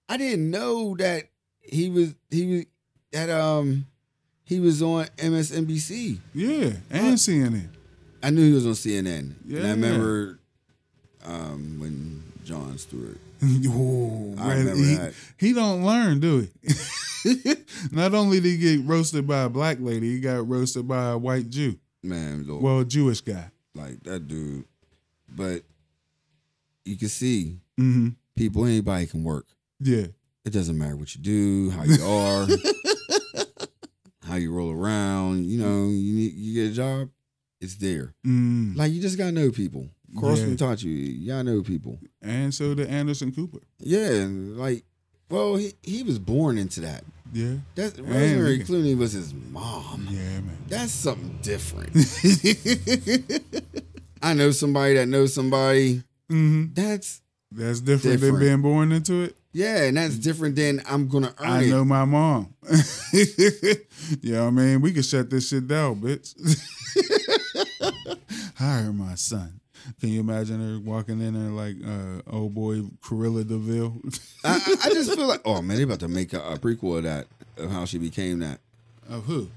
Speaker 3: I didn't know that he was he was that um he was on MSNBC.
Speaker 2: Yeah,
Speaker 3: Uh,
Speaker 2: and CNN.
Speaker 3: I knew he was on CNN. And
Speaker 2: Yeah.
Speaker 3: I remember um, when John Stewart.
Speaker 2: Ooh,
Speaker 3: I
Speaker 2: man,
Speaker 3: remember
Speaker 2: he,
Speaker 3: that.
Speaker 2: he don't learn, do he? Not only did he get roasted by a black lady, he got roasted by a white Jew.
Speaker 3: Man, Lord,
Speaker 2: Well, Jewish guy.
Speaker 3: like that dude. But you can see
Speaker 2: Mm-hmm.
Speaker 3: people, anybody can work.
Speaker 2: Yeah.
Speaker 3: It doesn't matter what you do, how you are, how you roll around. You know, you need, you get a job, it's there.
Speaker 2: Mm.
Speaker 3: Like you just gotta know people. Carlson
Speaker 2: Yeah.
Speaker 3: taught you, y'all know people.
Speaker 2: And so did Anderson Cooper.
Speaker 3: Yeah, and like, well, he, he was born into that.
Speaker 2: Yeah.
Speaker 3: That's
Speaker 2: we
Speaker 3: Rosemary
Speaker 2: can-
Speaker 3: Clooney was his mom.
Speaker 2: Yeah, man.
Speaker 3: That's something different. I know somebody that knows somebody.
Speaker 2: hmm
Speaker 3: That's
Speaker 2: That's different, than
Speaker 3: Different.
Speaker 2: being born into it.
Speaker 3: yeah, and that's different than I'm gonna earn
Speaker 2: I
Speaker 3: it.
Speaker 2: know my mom. you know what I mean? We can shut this shit down, bitch. Hire my son. Can you imagine her walking in there like uh, old boy Corilla DeVille?
Speaker 3: I, I- I just feel like, oh man, they about to make a, a prequel of that of how she became that.
Speaker 2: of who?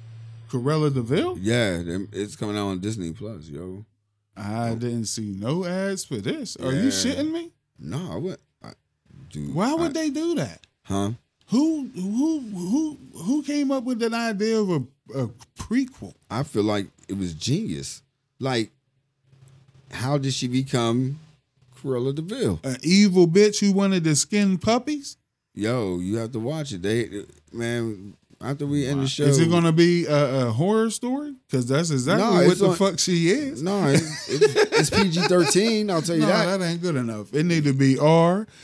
Speaker 2: Corilla DeVille?
Speaker 3: Yeah, them- it's coming out on Disney Plus, yo.
Speaker 2: I didn't see no ads for this. Are you
Speaker 3: Yeah.
Speaker 2: shitting me?
Speaker 3: No, I would. I, dude,
Speaker 2: Why would
Speaker 3: I-
Speaker 2: they do that?
Speaker 3: Huh?
Speaker 2: Who who who who came up with that idea of a, a prequel?
Speaker 3: I feel like it was genius. Like, how did she become Cruella Deville?
Speaker 2: An evil bitch who wanted to skin puppies?
Speaker 3: Yo, you have to watch it. They man, after we end the show,
Speaker 2: Is it gonna be a, a horror story? Because that's exactly
Speaker 3: No,
Speaker 2: what
Speaker 3: it's
Speaker 2: the
Speaker 3: on-
Speaker 2: fuck she is.
Speaker 3: No, it, it, it's PG thirteen. I'll tell you
Speaker 2: No,
Speaker 3: that.
Speaker 2: that ain't good enough. It need to be R.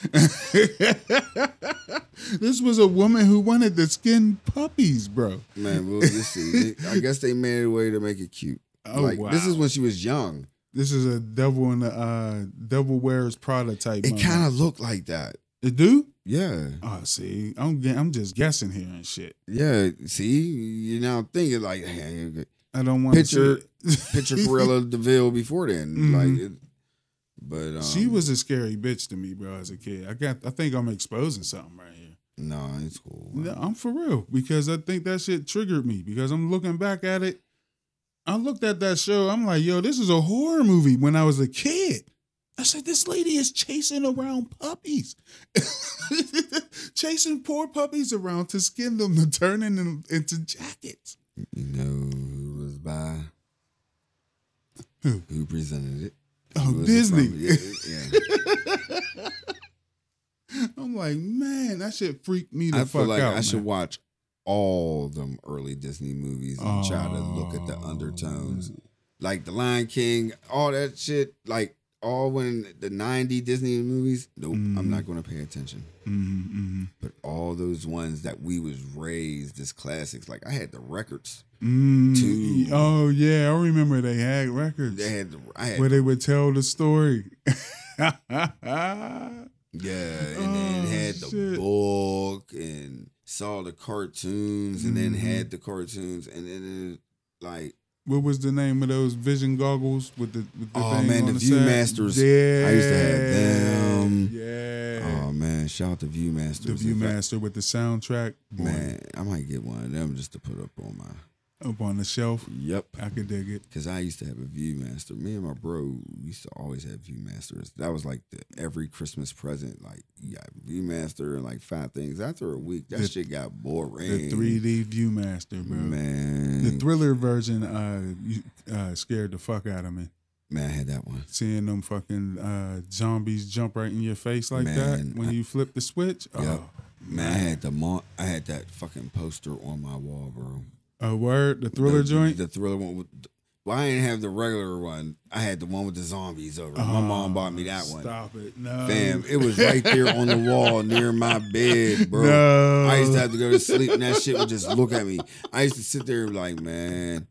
Speaker 2: this was a woman who wanted to skin puppies, bro.
Speaker 3: Man, we'll just see. I guess they made a way to make it cute.
Speaker 2: Oh,
Speaker 3: like this
Speaker 2: wow.
Speaker 3: is when she was young.
Speaker 2: This is a devil in the uh, devil wears Prada type.
Speaker 3: It
Speaker 2: moment.
Speaker 3: kind of looked like that.
Speaker 2: it do.
Speaker 3: Yeah,
Speaker 2: Oh, see, I'm gu- I'm just guessing here and shit.
Speaker 3: yeah. See, you now thinking like hey,
Speaker 2: I don't want
Speaker 3: Picture-
Speaker 2: to
Speaker 3: picture Corella Deville before then.
Speaker 2: Mhm.
Speaker 3: Like, it, but um,
Speaker 2: She was a scary bitch to me, bro. As a kid, I got. I think I'm exposing something right here.
Speaker 3: no, it's cool.
Speaker 2: No, I'm for real because I think that shit triggered me because I'm looking back at it. I looked at that show. I'm like, yo, this is a horror movie when I was a kid. I said, this lady is chasing around puppies, chasing poor puppies around to skin them to turn them into jackets.
Speaker 3: You know who was by?
Speaker 2: Who?
Speaker 3: Who presented it?
Speaker 2: Oh,
Speaker 3: Who was the
Speaker 2: Disney.
Speaker 3: founder? Yeah, yeah.
Speaker 2: I'm like, man, that shit freaked me the
Speaker 3: I
Speaker 2: fuck
Speaker 3: feel like
Speaker 2: out.
Speaker 3: I should
Speaker 2: man.
Speaker 3: watch all them early Disney movies and try to look at the
Speaker 2: Oh.
Speaker 3: undertones, like The Lion King, all that shit. Like all when the '90 Disney movies. Nope,
Speaker 2: Mm.
Speaker 3: I'm not going to pay attention.
Speaker 2: Mhm, mhm.
Speaker 3: But all those ones that we was raised as classics, like I had the records.
Speaker 2: Mm,
Speaker 3: Two.
Speaker 2: Oh yeah, I remember they had records
Speaker 3: They had, the, I had,
Speaker 2: where they would tell the story. yeah,
Speaker 3: yeah, and then
Speaker 2: Oh,
Speaker 3: had the
Speaker 2: shit.
Speaker 3: book and saw the cartoons, and
Speaker 2: Mm-hmm.
Speaker 3: then had the cartoons, and then it, like
Speaker 2: what was the name of those vision goggles with the? With the
Speaker 3: Oh,
Speaker 2: thing
Speaker 3: man,
Speaker 2: on
Speaker 3: the
Speaker 2: the side?
Speaker 3: Viewmasters.
Speaker 2: Yeah,
Speaker 3: I used to have them.
Speaker 2: Yeah,
Speaker 3: Oh man, shout out to Viewmaster.
Speaker 2: the ViewMaster with the soundtrack. Boy,
Speaker 3: Man, I might get one of them just to put up on my.
Speaker 2: up on the shelf.
Speaker 3: Yep.
Speaker 2: I could dig it.
Speaker 3: Cause I used to have a Viewmaster. Me and my bro we used to always have Viewmasters. That was like the every Christmas present. Like you got Viewmaster and like five things. After a week, that
Speaker 2: The-
Speaker 3: shit got boring.
Speaker 2: The 3D ViewMaster, bro.
Speaker 3: man.
Speaker 2: The thriller version uh, you- uh, scared the fuck out of me.
Speaker 3: man, I had that one.
Speaker 2: seeing them fucking uh, zombies jump right in your face like
Speaker 3: Man,
Speaker 2: that when
Speaker 3: I-
Speaker 2: you flip the switch.
Speaker 3: Yep.
Speaker 2: Oh,
Speaker 3: Man, I had the mon- I had that fucking poster on my wall, bro.
Speaker 2: a word, the thriller
Speaker 3: the,
Speaker 2: joint.
Speaker 3: The thriller one. With, Well, I didn't have the regular one. I had the one with the zombies over. it. My mom bought me that one.
Speaker 2: Oh, Stop it. No.
Speaker 3: Fam, it was right there on the wall near my bed, bro.
Speaker 2: No.
Speaker 3: I used to have to go to sleep and that shit would just look at me. I used to sit there and be like, man,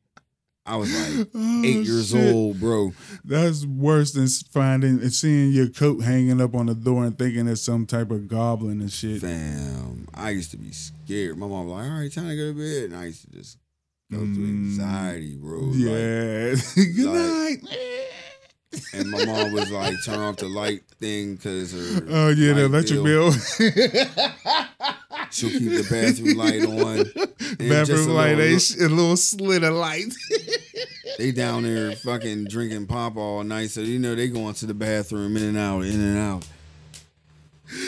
Speaker 3: I was like
Speaker 2: Oh,
Speaker 3: eight years
Speaker 2: shit.
Speaker 3: old, bro.
Speaker 2: That's worse than finding and seeing your coat hanging up on the door and thinking it's some type of goblin and shit.
Speaker 3: Fam, I used to be scared. My mom was like, all right, time to go to bed. And I used to just go through
Speaker 2: Mm.
Speaker 3: anxiety, bro. Like,
Speaker 2: Yeah. Good
Speaker 3: like-
Speaker 2: night.
Speaker 3: and my mom was like, turn off the light thing because her.
Speaker 2: Oh yeah, the
Speaker 3: light
Speaker 2: electric bill,
Speaker 3: She'll keep the bathroom light on. and just
Speaker 2: bathroom
Speaker 3: a
Speaker 2: light,
Speaker 3: little-
Speaker 2: a, sh- a little slit of light.
Speaker 3: They down there fucking drinking pop all night, so you know they going to the bathroom in and out, in and out.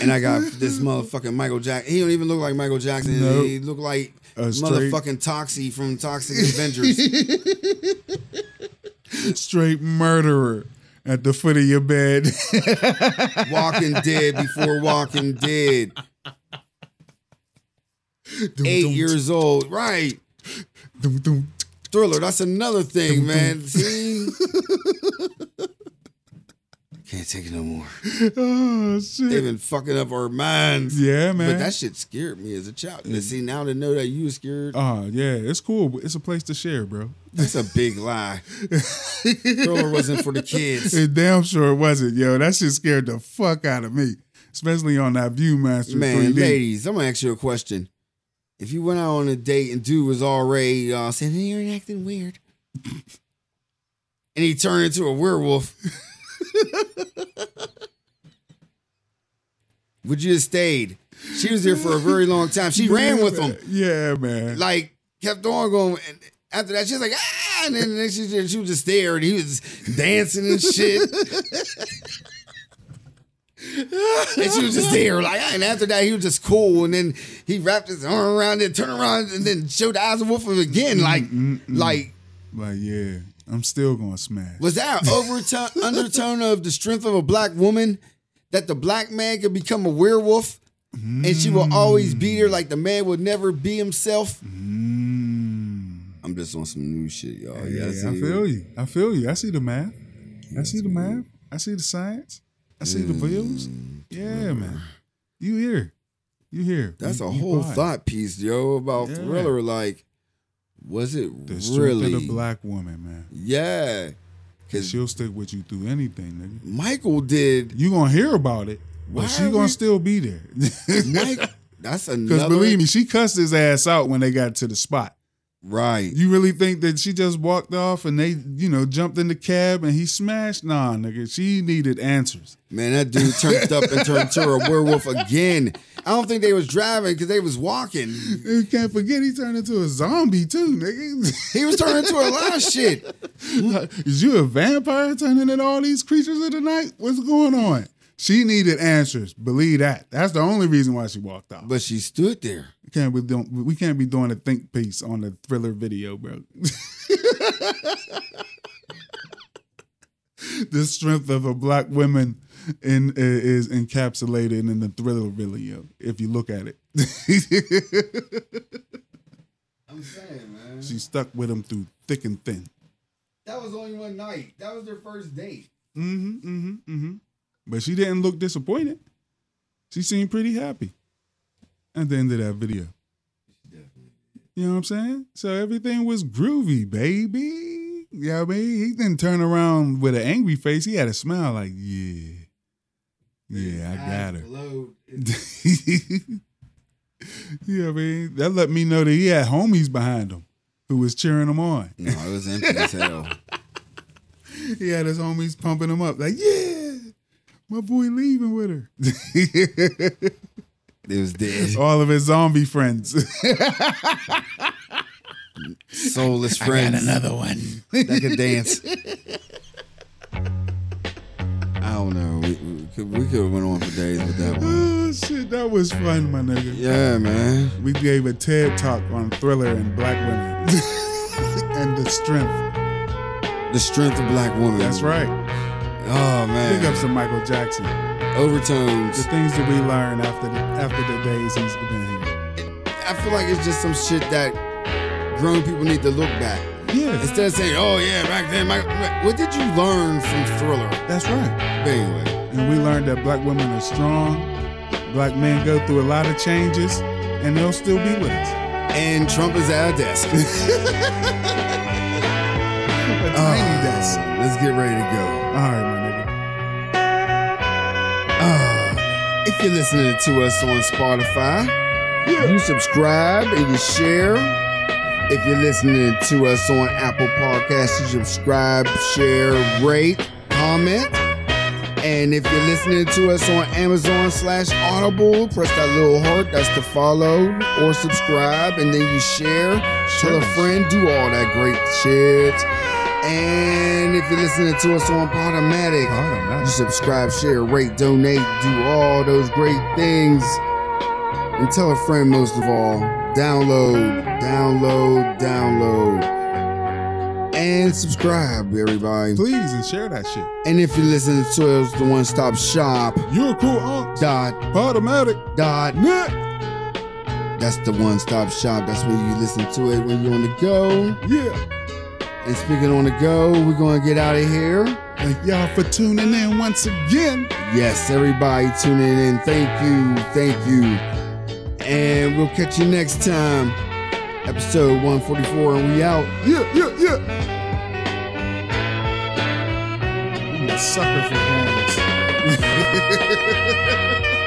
Speaker 3: And I got this motherfucking Michael Jackson. He don't even look like Michael Jackson.
Speaker 2: Nope.
Speaker 3: He look like
Speaker 2: A straight-
Speaker 3: motherfucking Toxie from Toxic Avengers.
Speaker 2: Straight murderer at the foot of your bed.
Speaker 3: Walking Dead before Walking Dead. Eight years old, right?
Speaker 2: Dum, dum.
Speaker 3: Thriller. That's another thing, man. See, can't take it no more.
Speaker 2: Oh
Speaker 3: They've
Speaker 2: shit.
Speaker 3: been fucking up our minds.
Speaker 2: Yeah, man.
Speaker 3: But that shit scared me as a child. And see, now to know that you were scared,
Speaker 2: oh yeah, it's cool. but It's a place to share, bro.
Speaker 3: that's a big lie. Thriller wasn't for the kids.
Speaker 2: It damn sure wasn't, yo. That shit scared the fuck out of me, especially on that ViewMaster
Speaker 3: Man,
Speaker 2: 3D.
Speaker 3: ladies, I'm gonna ask you a question. If you went out on a date and dude was already uh, saying, hey, you're acting weird, and he turned into a werewolf, would you have stayed? She was there for a very long time. She ran with him.
Speaker 2: Yeah, man.
Speaker 3: like kept on going. And after that, she's like, ah, and then, then she, just- she was just there, and he was dancing and shit. and she was just there, like, ah, and after that, he was just cool. And then he wrapped his arm around it, turned around, and then showed the eyes of Wolf again. Like, like
Speaker 2: Like, yeah, I'm still gonna smash.
Speaker 3: was that overtone undertone of the strength of a black woman that the black man could become a werewolf? And she will always be there, like the man would never be himself.
Speaker 2: Mm.
Speaker 3: I'm just on some new shit, y'all.
Speaker 2: yeah,
Speaker 3: yeah,
Speaker 2: I feel you. I feel you. I see the math. I see the math. I see the science. I see the bills. Yeah, man. You here? You here?
Speaker 3: Mm. That's
Speaker 2: You-
Speaker 3: a
Speaker 2: you
Speaker 3: whole
Speaker 2: buy it.
Speaker 3: thought piece, yo, about
Speaker 2: Yeah.
Speaker 3: Thriller. Like, was it
Speaker 2: The strength of
Speaker 3: really?
Speaker 2: the black woman, man.
Speaker 3: yeah, because
Speaker 2: She'll stick with you through anything, nigga.
Speaker 3: Michael did.
Speaker 2: You gonna hear about it,
Speaker 3: Why
Speaker 2: but she
Speaker 3: are
Speaker 2: gonna
Speaker 3: we-
Speaker 2: still be there.
Speaker 3: Mike, that's
Speaker 2: Because
Speaker 3: another.
Speaker 2: believe me, she cussed his ass out when they got to the spot.
Speaker 3: right?
Speaker 2: You really think that she just walked off and they, you know, jumped in the cab and he smashed? Nah, nigga, she needed answers.
Speaker 3: Man, that dude turned up and turned to a werewolf again. I don't think they was driving because they was walking.
Speaker 2: You can't forget he turned into a zombie too, nigga.
Speaker 3: He was turning to a lot of shit.
Speaker 2: Is you a vampire turning into all these creatures of the night? What's going on? She needed answers. Believe that. That's the only reason why she walked off.
Speaker 3: But she stood there.
Speaker 2: We can't be doing, we can't be doing a think piece on the thriller video, bro. the strength of a black woman in, is encapsulated in the thriller video. If you look at it,
Speaker 3: I'm saying, man,
Speaker 2: she stuck with him through thick and thin.
Speaker 3: that was only one night. That was their first date.
Speaker 2: Mm-hmm, mm-hmm, mm-hmm. But she didn't look disappointed. She seemed pretty happy at the end of that video. You know what I'm saying? So everything was groovy, baby. You know what I mean? He didn't turn around with an angry face. He had a smile like, yeah. Yeah, I got her. you know what I mean? That let me know that he had homies behind him who was cheering him on.
Speaker 3: No, it was empty as hell.
Speaker 2: He had his homies pumping him up, like, yeah, my boy leaving with her.
Speaker 3: It was dead.
Speaker 2: All of his zombie friends.
Speaker 3: Soulless friends.
Speaker 2: one.
Speaker 3: that could dance. I don't know. We, we could we could have went on for days with that one.
Speaker 2: Oh shit, that was fun, my nigga.
Speaker 3: Yeah, man.
Speaker 2: We gave a TED talk on thriller and black women and the strength.
Speaker 3: The strength of black women.
Speaker 2: That's right.
Speaker 3: Oh
Speaker 2: Big
Speaker 3: man.
Speaker 2: ups to Michael Jackson. The
Speaker 3: Overtones.
Speaker 2: things that we learn after the after the days he's been here.
Speaker 3: I feel like it's just some shit that grown people need to look back.
Speaker 2: Yeah,
Speaker 3: Instead of saying, "Oh yeah, back then," my, what did you learn from Thriller?
Speaker 2: that's right.
Speaker 3: But anyway,
Speaker 2: And we learned that black women are strong. Black men go through a lot of changes, and they'll still be with us.
Speaker 3: and Trump is at our desk.
Speaker 2: A tiny
Speaker 3: Ah.
Speaker 2: desk.
Speaker 3: Let's get ready to go.
Speaker 2: Oh. All right, my nigga.
Speaker 3: Ah, if you're listening to us on Spotify, you subscribe and you share. If you're listening to us on Apple Podcasts, you subscribe, share, rate, comment. And if you're listening to us on Amazon slash Audible, press that little heart, that's to follow or subscribe, and then you share, tell a friend, do all that great shit. And if you're listening to us on Podomatic, you subscribe, share, rate, donate, do all those great things. And tell a friend most of all. Download, download, download. And subscribe, everybody.
Speaker 2: Please and share that shit.
Speaker 3: And if you're listening to us, the one stop shop.
Speaker 2: You're a cool aunt.
Speaker 3: Dot
Speaker 2: Automatic.
Speaker 3: dot
Speaker 2: Nah.
Speaker 3: that's the one stop shop. That's where you listen to it when you're on the go.
Speaker 2: Yeah.
Speaker 3: And speaking on the go, we're gonna get out of here.
Speaker 2: Thank y'all for tuning in once again.
Speaker 3: Yes, everybody tuning in. Thank you. Thank you. And we'll catch you next time. Episode 144, and we out.
Speaker 2: Yeah, yeah, yeah. I'm a sucker for horns.